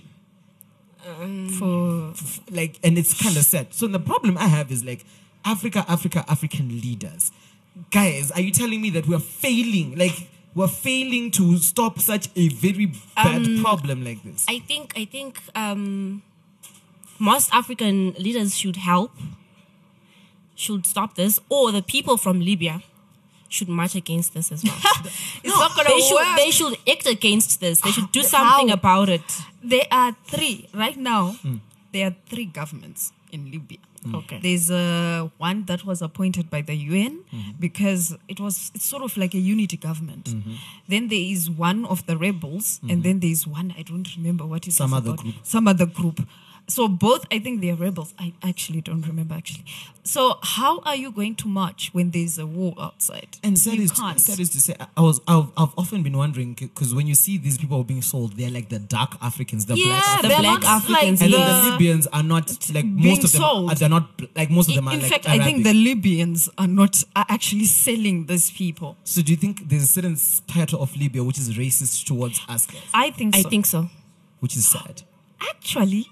Speaker 3: for
Speaker 4: like and it's kind of sad so the problem i have is like africa africa african leaders guys are you telling me that we're failing like we're failing to stop such a very bad
Speaker 3: Um,
Speaker 4: problem like this
Speaker 5: I think I think um, most African leaders should help, should stop this, or the people from Libya should march against this as well.
Speaker 3: it's not gonna
Speaker 5: they should
Speaker 3: work.
Speaker 5: they should act against this. They should do something about it.
Speaker 3: there are three right now.
Speaker 4: Hmm.
Speaker 3: There are three governments in Libya.
Speaker 5: Okay.
Speaker 3: There's uh, one that was appointed by the UN
Speaker 4: Hmm.
Speaker 3: because it was it's sort of like a unity government.
Speaker 4: Hmm.
Speaker 3: Then there is one of the rebels, and then there is one I don't remember what it
Speaker 4: Some
Speaker 3: was
Speaker 4: other
Speaker 3: about.
Speaker 4: group.
Speaker 3: Some other group. So both I think they are rebels. I actually don't remember actually. So how are you going to march when there's a war outside?
Speaker 4: And sad
Speaker 3: you
Speaker 4: is,
Speaker 3: can't.
Speaker 4: sad is to say, I- I was I've, I've often been wondering because when you see these people being sold, they're like the dark Africans, the black
Speaker 3: yeah,
Speaker 4: Africans.
Speaker 3: they're
Speaker 5: black
Speaker 3: not
Speaker 5: Africans,
Speaker 3: like
Speaker 4: And
Speaker 5: the-
Speaker 4: then the Libyans are not like
Speaker 3: Ah. being
Speaker 4: most of them.
Speaker 3: sold.
Speaker 4: Are, they're not bl- like most of them are
Speaker 3: in
Speaker 4: like
Speaker 3: fact, I
Speaker 4: Arabic.
Speaker 3: think the Libyans are not are actually selling these people.
Speaker 4: so do you think there's a certain part of Libya which is racist towards us, guys,
Speaker 3: I think
Speaker 5: I
Speaker 3: so.
Speaker 5: think so.
Speaker 4: which is sad?
Speaker 3: actually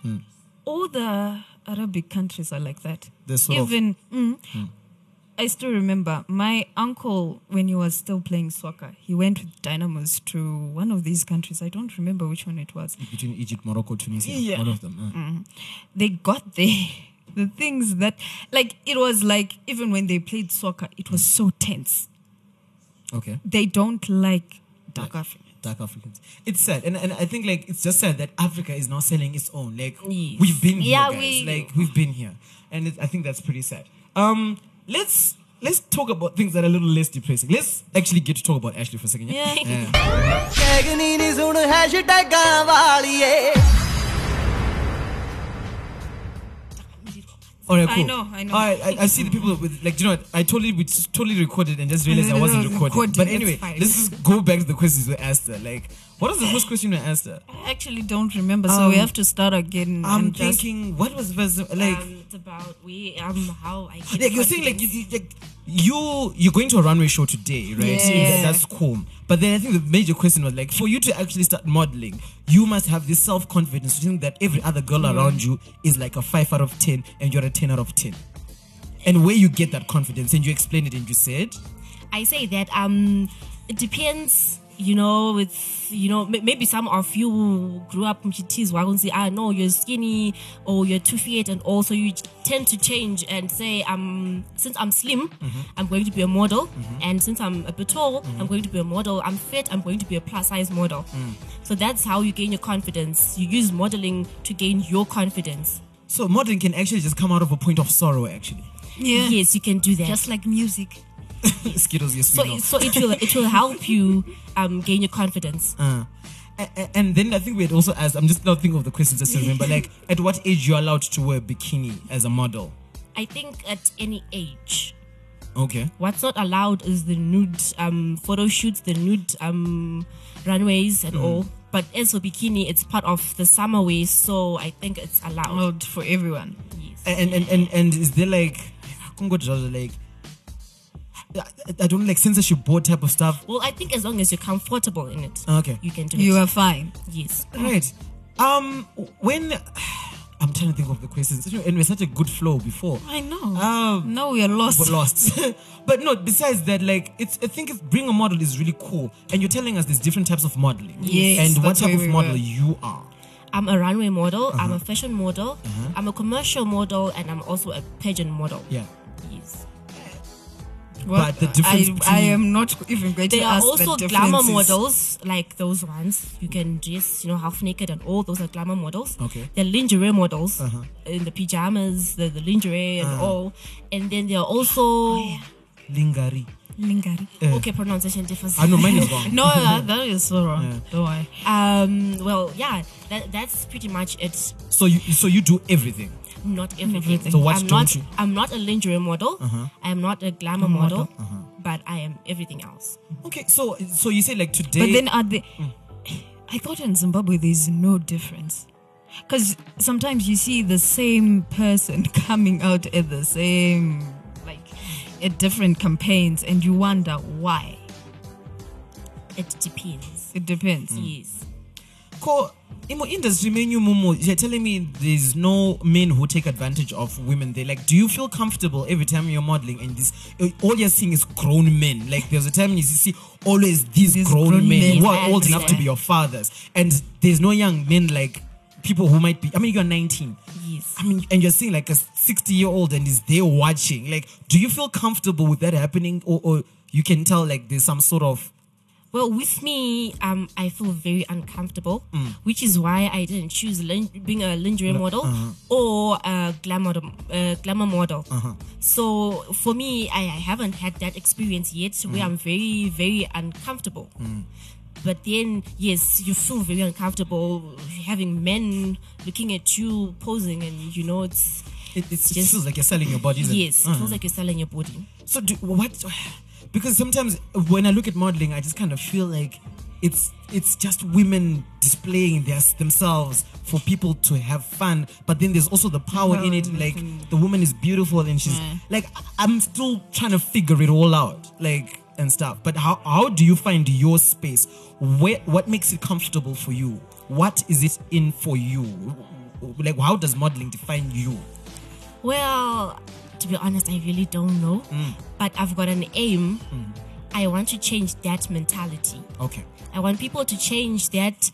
Speaker 3: all the Arabic countries are like that.
Speaker 4: They're sort of-
Speaker 3: Even mm, I still remember my uncle when he was still playing soccer. He went with Dynamos to one of these countries. I don't remember which one it was.
Speaker 4: Between Egypt, Morocco, Tunisia,
Speaker 3: Yeah.
Speaker 4: one of them. uh.
Speaker 3: They got there. The things that, like, it was like even when they played soccer, it was so tense. Mm.
Speaker 4: Okay.
Speaker 3: They don't like dark Africans.
Speaker 4: Dark Africans. It's sad, and and I think like it's just sad that Africa is now selling its own. Like
Speaker 5: Yes.
Speaker 4: we've been here,
Speaker 5: Yeah,
Speaker 4: guys.
Speaker 5: we-
Speaker 4: Like we've been here, and it, I think that's pretty sad. Um, let's let's talk about things that are a little less depressing. Let's actually get to talk about Ashley for a second. Yeah. Uh,
Speaker 5: Yeah.
Speaker 2: ਟੈਗਨੀ ਨੀ ਸੁਣ ਹੈਸ਼ਟੈਗਾਂ ਵਾਲੀਏ
Speaker 4: All right,
Speaker 3: I
Speaker 4: Oh, cool.
Speaker 3: know, I know.
Speaker 4: All right, I, I see the people with like, do you know what? I totally, we just totally recorded and just realized I
Speaker 3: then it
Speaker 4: wasn't
Speaker 3: was
Speaker 4: recording.
Speaker 3: recording,
Speaker 4: But
Speaker 3: that's
Speaker 4: anyway,
Speaker 3: fine.
Speaker 4: let's just go back to the questions we asked her. Like, what was the first question we asked her?
Speaker 3: I actually don't remember, so we have to start again.
Speaker 4: I'm
Speaker 3: and just-
Speaker 4: thinking, what was the first like?
Speaker 5: um, it's about we um how I get
Speaker 4: like you're saying like you,
Speaker 5: confidence.
Speaker 4: you like you you're going to a runway show today right So
Speaker 3: Yeah.
Speaker 4: that- that's cool but then i think the major question was like for you to actually start modeling you must have this self-confidence to think that every other girl around you is like a 5 out of 10 and you're a 10 out of 10 and where you get that confidence and you explained it and you said
Speaker 5: I say that um, it depends. You know, with you know, m- maybe some of you grew up mchitis where I can say, ah, no, you're skinny or you're too fat, and also you ch- tend to change and say, um, since I'm slim, I'm going to be a model, and since I'm a bit tall, I'm going to be a model. I'm fit, I'm going to be a plus size model. So that's how you gain your confidence. You use modeling to gain your confidence.
Speaker 4: so modeling can actually just come out of a point of sorrow actually
Speaker 3: yeah,
Speaker 5: Yes, you can do that.
Speaker 3: just like music.
Speaker 4: skittles yes we
Speaker 5: so,
Speaker 4: know.
Speaker 5: it, so it will it will help you um, gain your confidence.
Speaker 4: A- a- and then I think we had also asked. I'm just now thinking of the questions just to remember. Like, at what age you're allowed to wear a bikini as a model?
Speaker 5: I think at any age.
Speaker 4: Okay.
Speaker 5: What's not allowed is the nude um, photo shoots, the nude um, runways,
Speaker 3: Mm.
Speaker 5: and all. But as for bikini, it's part of the summer way, so I think it's allowed.
Speaker 3: Out for everyone.
Speaker 5: Yes.
Speaker 4: and and and, and is there like Congo like I, I don't know, like censorship board type of stuff.
Speaker 5: Well, I think as long as you're comfortable in it,
Speaker 4: Okay.
Speaker 5: you can do
Speaker 3: You
Speaker 5: it.
Speaker 3: are fine.
Speaker 5: yes.
Speaker 4: Right. Um when I'm trying to think of the questions. You know, And we're such a good flow before.
Speaker 3: I know.
Speaker 5: Uh,
Speaker 4: Um
Speaker 3: no, we are lost.
Speaker 4: we're lost. but no, besides that, like it's I think it's being a model is really cool. And you're telling us there's different types of modeling.
Speaker 3: Yes,
Speaker 4: And what
Speaker 3: that's
Speaker 4: type
Speaker 3: where
Speaker 4: of
Speaker 3: we
Speaker 4: model
Speaker 3: were.
Speaker 4: you are.
Speaker 5: I'm a runway model, I'm
Speaker 3: Uh-huh.
Speaker 5: a fashion model, I'm a commercial model, and I'm also a pageant model.
Speaker 4: Yeah.
Speaker 5: Yes.
Speaker 4: But the difference
Speaker 3: I,
Speaker 4: between-
Speaker 3: I am not even going to
Speaker 5: There are
Speaker 3: ask
Speaker 5: also
Speaker 3: the
Speaker 5: glamour
Speaker 3: differences.
Speaker 5: models, like those ones. You can dress, you know, half naked and all. Those are glamour models.
Speaker 4: Okay. Uh-huh.
Speaker 5: They're lingerie models in the pajamas, the, the lingerie and all. And then there are also.
Speaker 4: Oh, Lingari.
Speaker 3: Lingari.
Speaker 5: Okay, pronunciation uh, difference.
Speaker 4: Uh. I know mine is wrong.
Speaker 3: No, that, that is so wrong. Don't worry.
Speaker 5: Um, well, yeah, that, that's pretty much it.
Speaker 4: So you so you do everything.
Speaker 5: Not everything.
Speaker 4: Mm-hmm. So Uh-huh. what
Speaker 5: I'm
Speaker 4: don't
Speaker 5: not,
Speaker 4: you-
Speaker 5: I'm not a lingerie model. I am not a glamour model.
Speaker 4: Uh-huh.
Speaker 5: But I am everything else.
Speaker 4: Okay, so so you say like today
Speaker 3: But then are they. I thought in Zimbabwe there's no difference. Because sometimes you see the same person coming out at the same, like, at different campaigns, and you wonder why.
Speaker 5: It depends.
Speaker 3: It depends.
Speaker 5: Yes.
Speaker 4: ko in the industry menu mumu you're telling me there's no men who take advantage of women they like do you feel comfortable every time you're modeling and this uh, all you're seeing is grown men like there's a time you see always these, grown,
Speaker 3: grown
Speaker 4: men,
Speaker 3: men,
Speaker 4: who are old
Speaker 5: exactly.
Speaker 4: enough to be your fathers and there's no young men like people who might be i mean you're 19
Speaker 3: Yes.
Speaker 4: i mean and you're seeing like a 60 year old and is there watching like do you feel comfortable with that happening or, or you can tell like there's some sort of
Speaker 5: Well, with me, um, I feel very uncomfortable, which is why I didn't choose lin- being a lingerie model or a glamour uh, glamour model. So for me, I, I haven't had that experience yet, where I'm very very uncomfortable. But then, yes, you feel very uncomfortable having men looking at you posing, and you know it's
Speaker 4: it, it's, it
Speaker 5: Just-
Speaker 4: feels like you're selling your body isn't it?
Speaker 5: yes, it feels like you're selling your body.
Speaker 4: So do, what? Because sometimes when I look at modeling, I just kind of feel like it's it's just women displaying their, themselves for people to have fun. But then there's also the power in it. Like the woman is beautiful and she's
Speaker 3: Yeah.
Speaker 4: like I'm still trying to figure it all out. Like and stuff. But how how do you find your space? Where what makes it comfortable for you? What is it in for you? Like how does modeling define you?
Speaker 5: Well, to be honest, I really don't know. But I've got an aim. I want to change that mentality.
Speaker 4: Okay.
Speaker 5: I want people to change that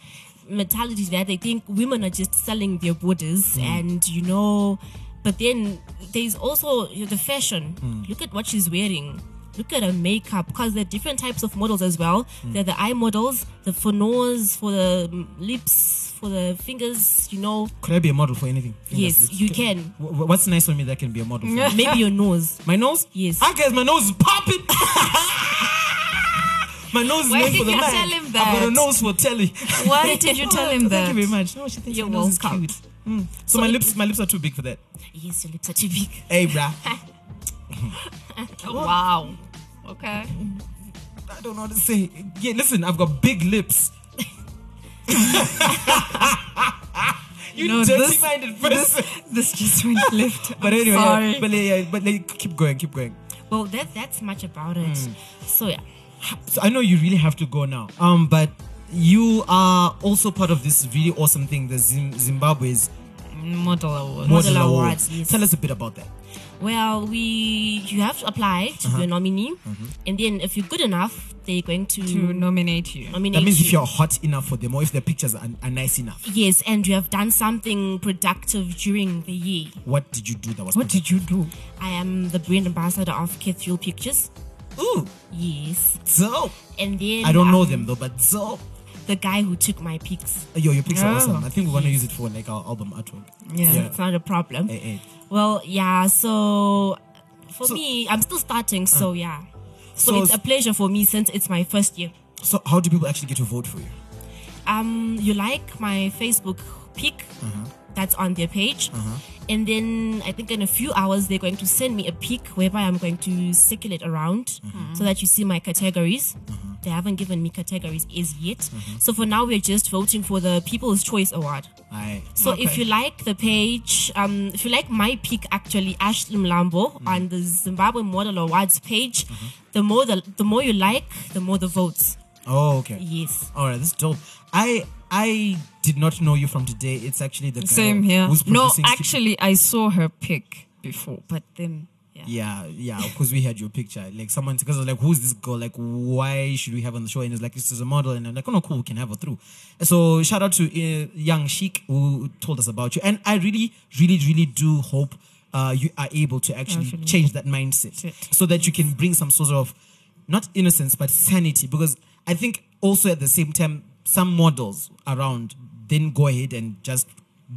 Speaker 5: mentality that they think women are just selling their bodies and, you know, but then there's also you know, the fashion. Look at what she's wearing. Look at her makeup because there are different types of models as well. There are the eye models, the for nose, for the mm, lips, for the fingers, you know.
Speaker 4: Could I be a model for anything? Fingers,
Speaker 5: Yes,
Speaker 4: lips.
Speaker 5: you can.
Speaker 4: Wh- wh- What's nice on me that can be a model for? me?
Speaker 5: Maybe your nose.
Speaker 4: My nose?
Speaker 5: Yes.
Speaker 4: I guess my nose is popping. my nose is
Speaker 3: Why
Speaker 4: made for
Speaker 3: did
Speaker 4: the
Speaker 3: you
Speaker 4: man.
Speaker 3: tell him
Speaker 4: I've got a
Speaker 3: that?
Speaker 4: nose for telly.
Speaker 3: Why did you tell him
Speaker 4: Thank you very
Speaker 3: that?
Speaker 4: much. No, she thinks
Speaker 3: You're
Speaker 4: my nose is
Speaker 3: welcome.
Speaker 4: cute. Mm. So, my
Speaker 5: it-
Speaker 4: lips, my lips are too big for that.
Speaker 5: Yes, your lips are too big.
Speaker 4: Hey, bruh.
Speaker 3: Wow. Okay.
Speaker 4: I don't know what to say. Yeah, listen, I've got big lips. you
Speaker 3: No, this-
Speaker 4: dirty-minded person.
Speaker 3: This just went left.
Speaker 4: but anyway, yeah,
Speaker 3: sorry.
Speaker 4: but yeah, yeah, but like, keep going, keep going.
Speaker 5: Well, that that's much about it.
Speaker 4: Hmm.
Speaker 5: So yeah,
Speaker 4: So I know you really have to go now. Um, but you are also part of this really awesome thing, the Zim- Zimbabwe's
Speaker 3: model award.
Speaker 4: Model,
Speaker 5: Model
Speaker 4: Award.
Speaker 5: Awards, yes.
Speaker 4: Tell us a bit about that.
Speaker 5: well, we you have to apply
Speaker 4: Uh-huh.
Speaker 5: to be a nominee,
Speaker 4: Mm-hmm.
Speaker 5: and then if you're good enough, they're going to,
Speaker 3: to nominate you.
Speaker 5: nominate
Speaker 4: That means
Speaker 5: you.
Speaker 4: if you're hot enough for them, or if the pictures are, are nice enough.
Speaker 5: Yes, and you have done something productive during the year.
Speaker 4: What did you do that was?
Speaker 3: What did you do?
Speaker 5: I am the brand ambassador of Cathedral Pictures.
Speaker 4: Ooh,
Speaker 5: Yes,
Speaker 4: so
Speaker 5: and then
Speaker 4: I don't know
Speaker 5: um,
Speaker 4: them though, but so
Speaker 5: The guy who took my pics.
Speaker 4: yo, your pictures are
Speaker 3: Oh.
Speaker 4: awesome. I think we're gonna use it for like our album artwork.
Speaker 3: Yeah.
Speaker 5: It's not a problem.
Speaker 4: Eh, eh.
Speaker 5: Well, yeah. So for
Speaker 4: So-
Speaker 5: me, I'm still starting. So yeah. So,
Speaker 4: So-
Speaker 5: it's a pleasure for me since it's my first year.
Speaker 4: So how do people actually get to vote for you?
Speaker 5: um, you like my Facebook pic that's on their page. And then I think in a few hours they're going to send me a pic whereby I'm going to circulate around so that you see my categories. They haven't given me categories as yet. So for now we're just voting for the People's Choice Award.
Speaker 4: I
Speaker 5: So if
Speaker 3: Okay.
Speaker 5: you like the page, um, if you like my pick actually, Ashley Mlambo on the Zimbabwe Model Awards page, the more the, the more you like, the more the votes.
Speaker 4: oh okay.
Speaker 5: Yes.
Speaker 4: All right, that's dope. I I did not know you from today. It's actually the guy
Speaker 3: Same here.
Speaker 4: Who's
Speaker 3: No,
Speaker 4: producing Skip-
Speaker 3: actually, I saw her pic before, but then yeah.
Speaker 4: Yeah, yeah, because we had your picture. Like someone, because I was like, who's this girl? Like, why should we have her on the show? And it's like, this is a model. And I'm like, oh no, cool, we can have her through. So shout out to uh, Young Sheik who told us about you. And I really, really, really do hope uh, you are able to actually
Speaker 3: Actually.
Speaker 4: change that mindset
Speaker 3: Shit.
Speaker 4: so that you can bring some sort of not innocence but sanity. Because I think also at the same time, some models around then go ahead and just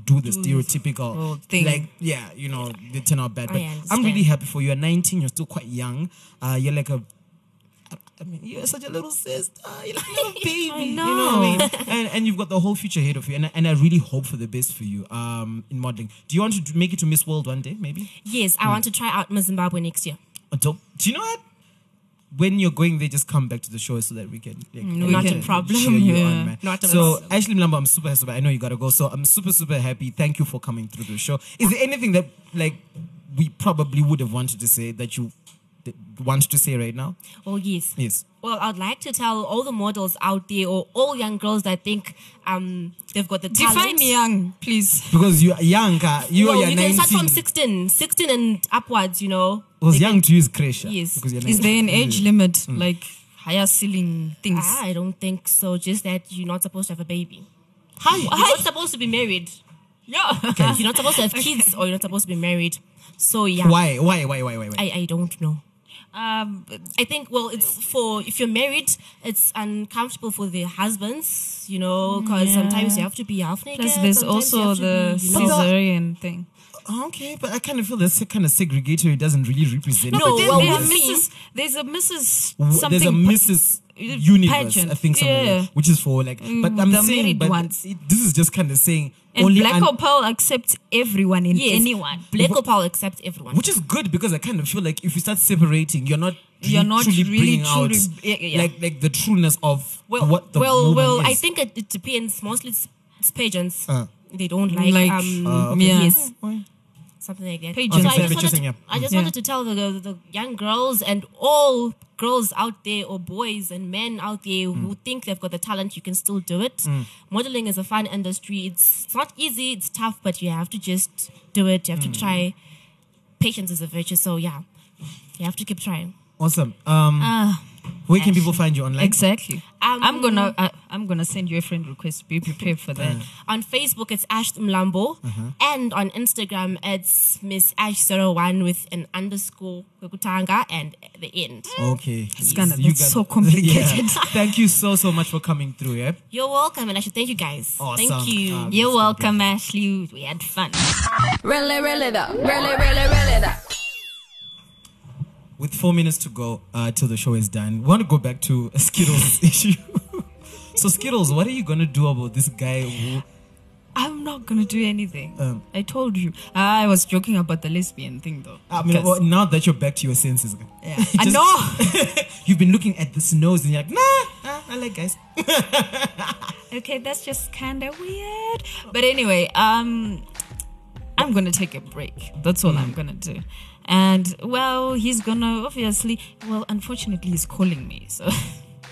Speaker 4: do the stereotypical
Speaker 3: whole thing.
Speaker 4: like yeah you know they turn out bad
Speaker 5: I
Speaker 4: but i'm
Speaker 5: understand.
Speaker 4: really happy for you you're 19 you're still quite young uh you're like a I mean, you're such a little sister. You're like a little baby. You know what I mean? And, and you've got the whole future ahead of you. And, I- and I really hope for the best for you um, in modeling. Do you want to d- make it to Miss World one day, maybe?
Speaker 5: Yes, I want to try out Miss Zimbabwe next year.
Speaker 4: Or don't, do you know what? When you're going there, just come back to the show so that we can. Like,
Speaker 3: Mm,
Speaker 4: we
Speaker 5: Not a
Speaker 4: can
Speaker 5: problem.
Speaker 4: Cheer you
Speaker 3: Yeah.
Speaker 4: on, man.
Speaker 3: Not a
Speaker 4: so,
Speaker 3: problem.
Speaker 4: Ashley Mlambo, I'm super, super. I know you got to go. So, I'm super, super happy. Thank you for coming through the show. Is there anything that, like, we probably would have wanted to say that you th- want to say right now?
Speaker 5: Oh yes.
Speaker 4: Yes.
Speaker 5: Well, I'd like to tell all the models out there or all young girls that think um they've got the talent.
Speaker 3: Define young, please.
Speaker 4: Because you are young, uh, you
Speaker 5: Well,
Speaker 4: are 19.
Speaker 5: you can start from 16, 16 and upwards. You know.
Speaker 4: It was
Speaker 5: They
Speaker 4: young to use Kresha.
Speaker 5: Yes.
Speaker 4: Because you're
Speaker 3: Is
Speaker 4: 19.
Speaker 3: there an
Speaker 4: Mm.
Speaker 3: age limit, like higher ceiling
Speaker 5: can-
Speaker 3: things?
Speaker 5: Ah, I don't think so. Just that you're not supposed to have a baby. How you're not supposed to be married?
Speaker 3: Yeah.
Speaker 5: You're not supposed to have kids, or you're not supposed to be married. So yeah.
Speaker 4: Why? Why? Why? Why? Why? Why?
Speaker 5: I, I don't know.
Speaker 3: Um, but
Speaker 5: I think well, it's for if you're married, it's uncomfortable for the husbands, you know, because sometimes you have to be half naked.
Speaker 3: plus, there's
Speaker 5: sometimes you
Speaker 3: also
Speaker 5: have to
Speaker 3: the
Speaker 5: be, you know.
Speaker 3: Caesarean thing.
Speaker 4: okay, but I kind of feel that's kind of segregatory. Doesn't really represent.
Speaker 5: No,
Speaker 3: but
Speaker 4: it.
Speaker 3: there,
Speaker 5: well,
Speaker 3: there are
Speaker 5: with me-
Speaker 3: Mrs. There's a Mrs.
Speaker 4: Oh, W-
Speaker 3: Something. uh,
Speaker 4: there's a Mrs. Universe,
Speaker 3: pageant,
Speaker 4: I think, somewhere,
Speaker 3: yeah. Mm,
Speaker 4: which is for like. But I'm
Speaker 3: the
Speaker 4: saying,
Speaker 3: married
Speaker 4: but
Speaker 3: ones.
Speaker 4: it- this is just kind of saying
Speaker 3: and
Speaker 4: only
Speaker 3: Black
Speaker 4: un-
Speaker 3: or Pearl accepts everyone and
Speaker 5: Yes.
Speaker 3: anyone.
Speaker 5: Black or Paul accepts everyone.
Speaker 4: which is good because I kind of feel like if you start separating, you're not
Speaker 3: You're
Speaker 4: really
Speaker 3: not
Speaker 4: truly
Speaker 3: really
Speaker 4: bringing out
Speaker 3: truly- yeah, yeah, yeah.
Speaker 4: like like the trueness of
Speaker 5: well,
Speaker 4: what the
Speaker 5: well,
Speaker 4: movement
Speaker 5: well,
Speaker 4: is.
Speaker 5: I think it, it depends. Mostly, it's, it's pageants.
Speaker 4: Uh.
Speaker 5: They don't like,
Speaker 3: Like,
Speaker 5: um,
Speaker 3: uh, okay. yeah.
Speaker 5: yes,
Speaker 4: Why?
Speaker 5: something like that.
Speaker 3: Pageants.
Speaker 5: So I
Speaker 4: Okay,
Speaker 5: just, wanted
Speaker 4: interesting,
Speaker 5: to,
Speaker 4: yeah.
Speaker 5: I just
Speaker 3: Yeah.
Speaker 5: wanted to tell the, the, the young girls and all girls out there, or boys and men out there who think they've got the talent, you can still do it. Modeling is a fun industry. It's, it's not easy. It's tough, but you have to just do it. You have to try. Patience is a virtue. So yeah, you have to keep trying.
Speaker 4: Awesome. Um,
Speaker 3: Ah.
Speaker 4: where can people find you online?
Speaker 3: Exactly.
Speaker 5: Um,
Speaker 3: I'm gonna I, I'm gonna send you a friend request. Be prepared for that.
Speaker 5: On Facebook, it's Ash Mlambo, and on Instagram, it's Miss Ash01 with an underscore Kwekutanga and the end.
Speaker 4: Okay.
Speaker 3: gonna-
Speaker 4: You
Speaker 3: that's
Speaker 4: guys-
Speaker 3: so complicated.
Speaker 4: Yeah. Thank you so so much for coming through. Yeah.
Speaker 5: You're welcome, and I should thank you guys.
Speaker 4: Awesome.
Speaker 5: Thank you.
Speaker 4: Um,
Speaker 5: You're welcome, Ashley. We had fun.
Speaker 6: Really, really though. Really, really, really though.
Speaker 4: With four minutes to go uh, till the show is done, we want to go back to Skittles' issue. so Skittles, what are you gonna do about this guy? Who,
Speaker 3: I'm not gonna do anything.
Speaker 4: Um,
Speaker 3: I told you. I was joking about the lesbian thing though.
Speaker 4: I mean,
Speaker 3: 'Cause-
Speaker 4: well, now that you're back to your senses,
Speaker 3: Ah, yeah.
Speaker 4: just-
Speaker 3: I know.
Speaker 4: you've been looking at this nose and you're like, nah, nah I like guys.
Speaker 3: okay, that's just kind of weird. But anyway, um, I'm gonna take a break. That's all I'm
Speaker 4: Mm.
Speaker 3: gonna do. And well, he's gonna obviously. Well, unfortunately, he's calling me. So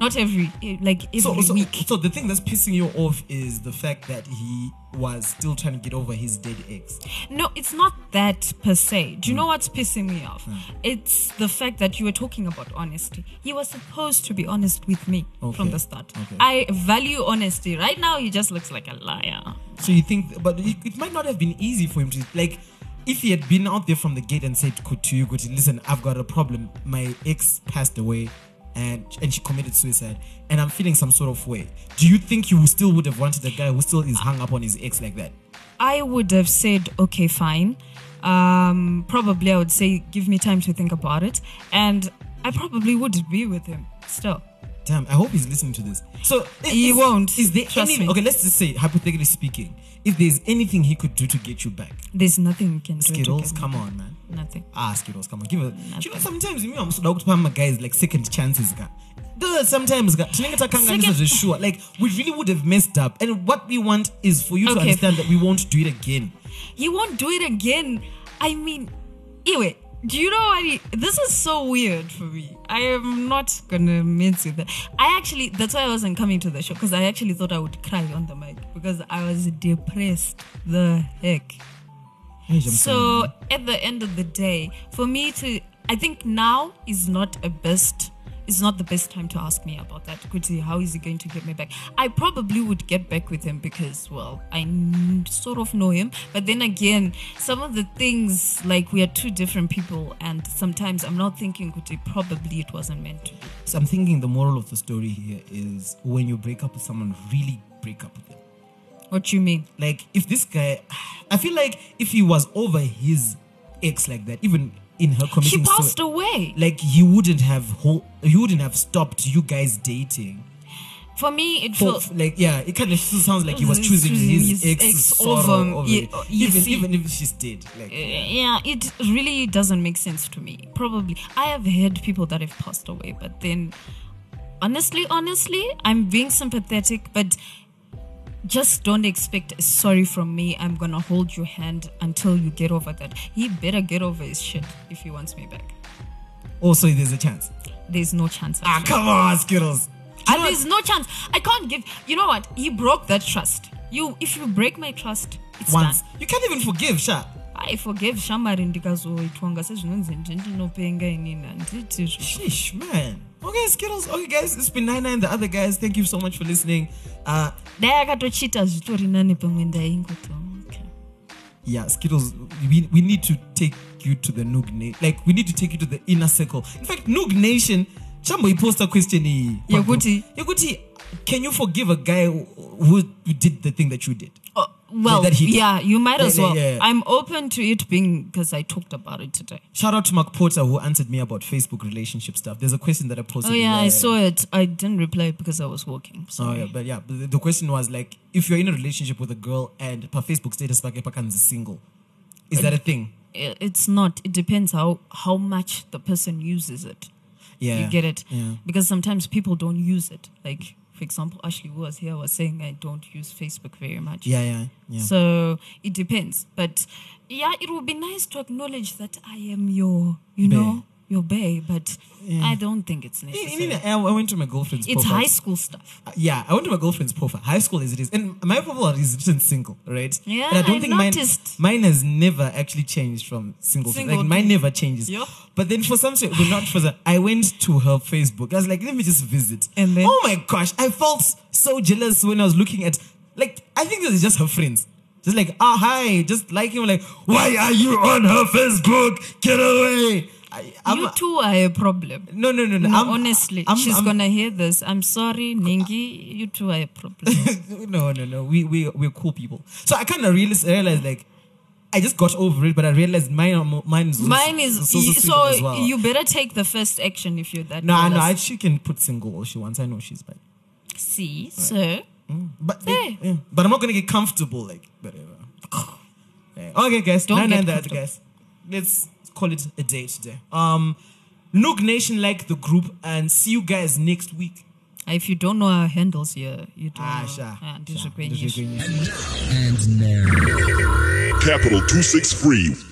Speaker 3: not every like every
Speaker 4: so, so,
Speaker 3: week.
Speaker 4: so the thing that's pissing you off is the fact that he was still trying to get over his dead ex.
Speaker 3: No, it's not that per se. Do you
Speaker 4: Hmm.
Speaker 3: know what's pissing me off? It's the fact that you were talking about honesty. He was supposed to be honest with me
Speaker 4: Okay.
Speaker 3: from the start.
Speaker 4: Okay.
Speaker 3: I value honesty. Right now, he just looks like a liar.
Speaker 4: So you think, but it, it might not have been easy for him to like. If he had been out there from the gate and said "Go to you, go to listen, I've got a problem. My ex passed away, and and she committed suicide, and I'm feeling some sort of way. Do you think you still would have wanted a guy who still is hung up on his ex like that?
Speaker 3: I would have said, okay, fine. Um, probably I would say, give me time to think about it. And I probably would be with him still.
Speaker 4: Damn, I hope he's listening to this. So i-
Speaker 3: He
Speaker 4: is-
Speaker 3: won't.
Speaker 4: Is there
Speaker 3: Trust
Speaker 4: any?
Speaker 3: me.
Speaker 4: Okay, let's just say hypothetically speaking, if there's anything he could do to get you back,
Speaker 3: There's nothing we can do. to
Speaker 4: Skittles,
Speaker 3: get
Speaker 4: come
Speaker 3: him.
Speaker 4: on, man.
Speaker 3: Nothing.
Speaker 4: Ah, Skittles, come on, give it. You know, sometimes me, I'm so down to my guys like second chances, guy. Duh, Sometimes, guy. Second... sure. Like we really would have messed up, and what we want is for you to
Speaker 3: Okay.
Speaker 4: understand that we won't do it again.
Speaker 3: He won't do it again. I mean, anyway, do you know what? He, this is so weird for me. I am not gonna mince with that. I actually, that's why I wasn't coming to the show because I actually thought I would cry on the mic because I was depressed. The heck. So at the end of the day, for me to, I think now is not a best. It's not the best time to ask me about that. Kuti, how is he going to get me back? I probably would get back with him because, well, I n- sort of know him. But then again, some of the things, like, we are two different people, and sometimes I'm not thinking, Kuti, probably it wasn't meant to be.
Speaker 4: So I'm thinking the moral of the story here is when you break up with someone, really break up with them.
Speaker 3: What do you mean?
Speaker 4: Like if this guy, I feel like if he was over his ex like that, even in her
Speaker 3: She
Speaker 4: committing
Speaker 3: passed
Speaker 4: sui-
Speaker 3: away.
Speaker 4: like he wouldn't have whole, he wouldn't have stopped you guys dating.
Speaker 3: For me, it
Speaker 4: For,
Speaker 3: felt.
Speaker 4: like yeah, it kind of still sounds like he was choosing his,
Speaker 3: Choosing Mm, his
Speaker 4: ex,
Speaker 3: ex
Speaker 4: sorrow
Speaker 3: over-
Speaker 4: over
Speaker 3: yeah,
Speaker 4: it.
Speaker 3: uh, you
Speaker 4: even
Speaker 3: see. Eh.
Speaker 4: even if she's dead. Like
Speaker 3: yeah, it really doesn't make sense to me. Probably. I have heard people that have passed away, but then honestly, honestly, I'm being sympathetic, but just don't expect a sorry from me. I'm gonna hold your hand until you get over that. He better get over his shit if he wants me back.
Speaker 4: Oh, so there's a chance.
Speaker 3: There's no chance.
Speaker 4: Ah, come on, Skittles.
Speaker 3: And there's no chance. I can't give. You know what? He broke that trust. You, if you break my trust, it's
Speaker 4: Once.
Speaker 3: done.
Speaker 4: You can't even forgive, Sha.
Speaker 3: I forgave Shamari ndikazoitwanga sezvinonzi nje ndinopenga inini handiti zvo
Speaker 4: Sheesh, man. Okay, Skittles. Okay, guys, it's been Nina and the other guys. Thank you so much for listening. Uh,
Speaker 3: dai akatochita zvitori nani pamwe ndaingoti okay.
Speaker 4: yeah, Skittles, we, we need to take you to the Noog Nation. Like, we need to take you to the inner circle. In fact, Noog Nation, Chambo, he posed a question. eh,
Speaker 3: Yokuti.
Speaker 4: Yokuti, can you forgive a guy who, who did the thing that you did?
Speaker 3: Oh, well,
Speaker 4: that hit.
Speaker 3: yeah, you might
Speaker 4: Yeah,
Speaker 3: as
Speaker 4: yeah,
Speaker 3: well.
Speaker 4: yeah.
Speaker 3: I'm open to it being because I talked about it today.
Speaker 4: Shout out to Mark Porter who answered me about Facebook relationship stuff. There's a question that I posted.
Speaker 3: Oh yeah, I saw it. I didn't reply because I was working.
Speaker 4: Oh
Speaker 3: Sorry.
Speaker 4: yeah, but yeah, but the- the question was like, if you're in a relationship with a girl and per Facebook status pake pakanzi single, is that a thing?
Speaker 3: I- It's not. It depends how how much the person uses it.
Speaker 4: Yeah,
Speaker 3: You get it?
Speaker 4: Yeah,
Speaker 3: Because sometimes people don't use it. Like for example, Ashley who was here was saying I don't use Facebook very much.
Speaker 4: yeah, yeah. yeah.
Speaker 3: So it depends. But yeah, it would be nice to acknowledge that I am your, you
Speaker 4: Bae.
Speaker 3: know, your bae. But I don't think it's
Speaker 4: I, I
Speaker 3: necessary.
Speaker 4: mean, I, I went to my girlfriend's.
Speaker 3: it's
Speaker 4: profile.
Speaker 3: high school stuff.
Speaker 4: Uh, Yeah, I went to my girlfriend's profile, high school as it is, and my profile is written single, right?
Speaker 3: Yeah,
Speaker 4: and I don't
Speaker 3: I
Speaker 4: think
Speaker 3: noticed.
Speaker 4: mine mine has never actually changed from single. to-
Speaker 3: Single
Speaker 4: like mine
Speaker 3: to-
Speaker 4: never changes.
Speaker 3: Yeah.
Speaker 4: But then for some reason, well, not for the. I went to her Facebook. I was like, let me just visit.
Speaker 3: And then-
Speaker 4: oh my gosh, I felt so jealous when I was looking at. Like, I think this is just her friends. Just like, ah, hi, just like him. Like, why are you on her Facebook? Get away! I, I'm,
Speaker 3: you two are a problem.
Speaker 4: no, no, no, no.
Speaker 3: No,
Speaker 4: I'm-
Speaker 3: honestly,
Speaker 4: I'm-
Speaker 3: she's
Speaker 4: I'm-
Speaker 3: gonna hear this. I'm sorry, Ningi. You two are a problem.
Speaker 4: no, no, no. We we we're cool people. So I kind of realized, realized like I just got over it, but I realized mine are mo- mine is also-
Speaker 3: Mine is e-
Speaker 4: is also single
Speaker 3: so
Speaker 4: as well.
Speaker 3: you better take the first action if you're that.
Speaker 4: no, no.
Speaker 3: jealous.
Speaker 4: I, she can put single all she wants. I know she's bi.
Speaker 3: see, sir.
Speaker 4: But
Speaker 3: Hey.
Speaker 4: yeah, but I'm not gonna get comfortable like whatever. Yeah. Okay, guys.
Speaker 3: Don't
Speaker 4: nine
Speaker 3: get
Speaker 4: and that,
Speaker 3: comfortable.
Speaker 4: guys. Let's call it a day today. Um, Nook Nation like the group, and see you guys next week.
Speaker 3: If you don't know our handles here, you don't.
Speaker 4: Ah,
Speaker 3: know.
Speaker 4: sure.
Speaker 3: Ah, this is
Speaker 4: Sure.
Speaker 3: a great
Speaker 4: This is
Speaker 3: issue.
Speaker 4: a great news.
Speaker 7: Capital 263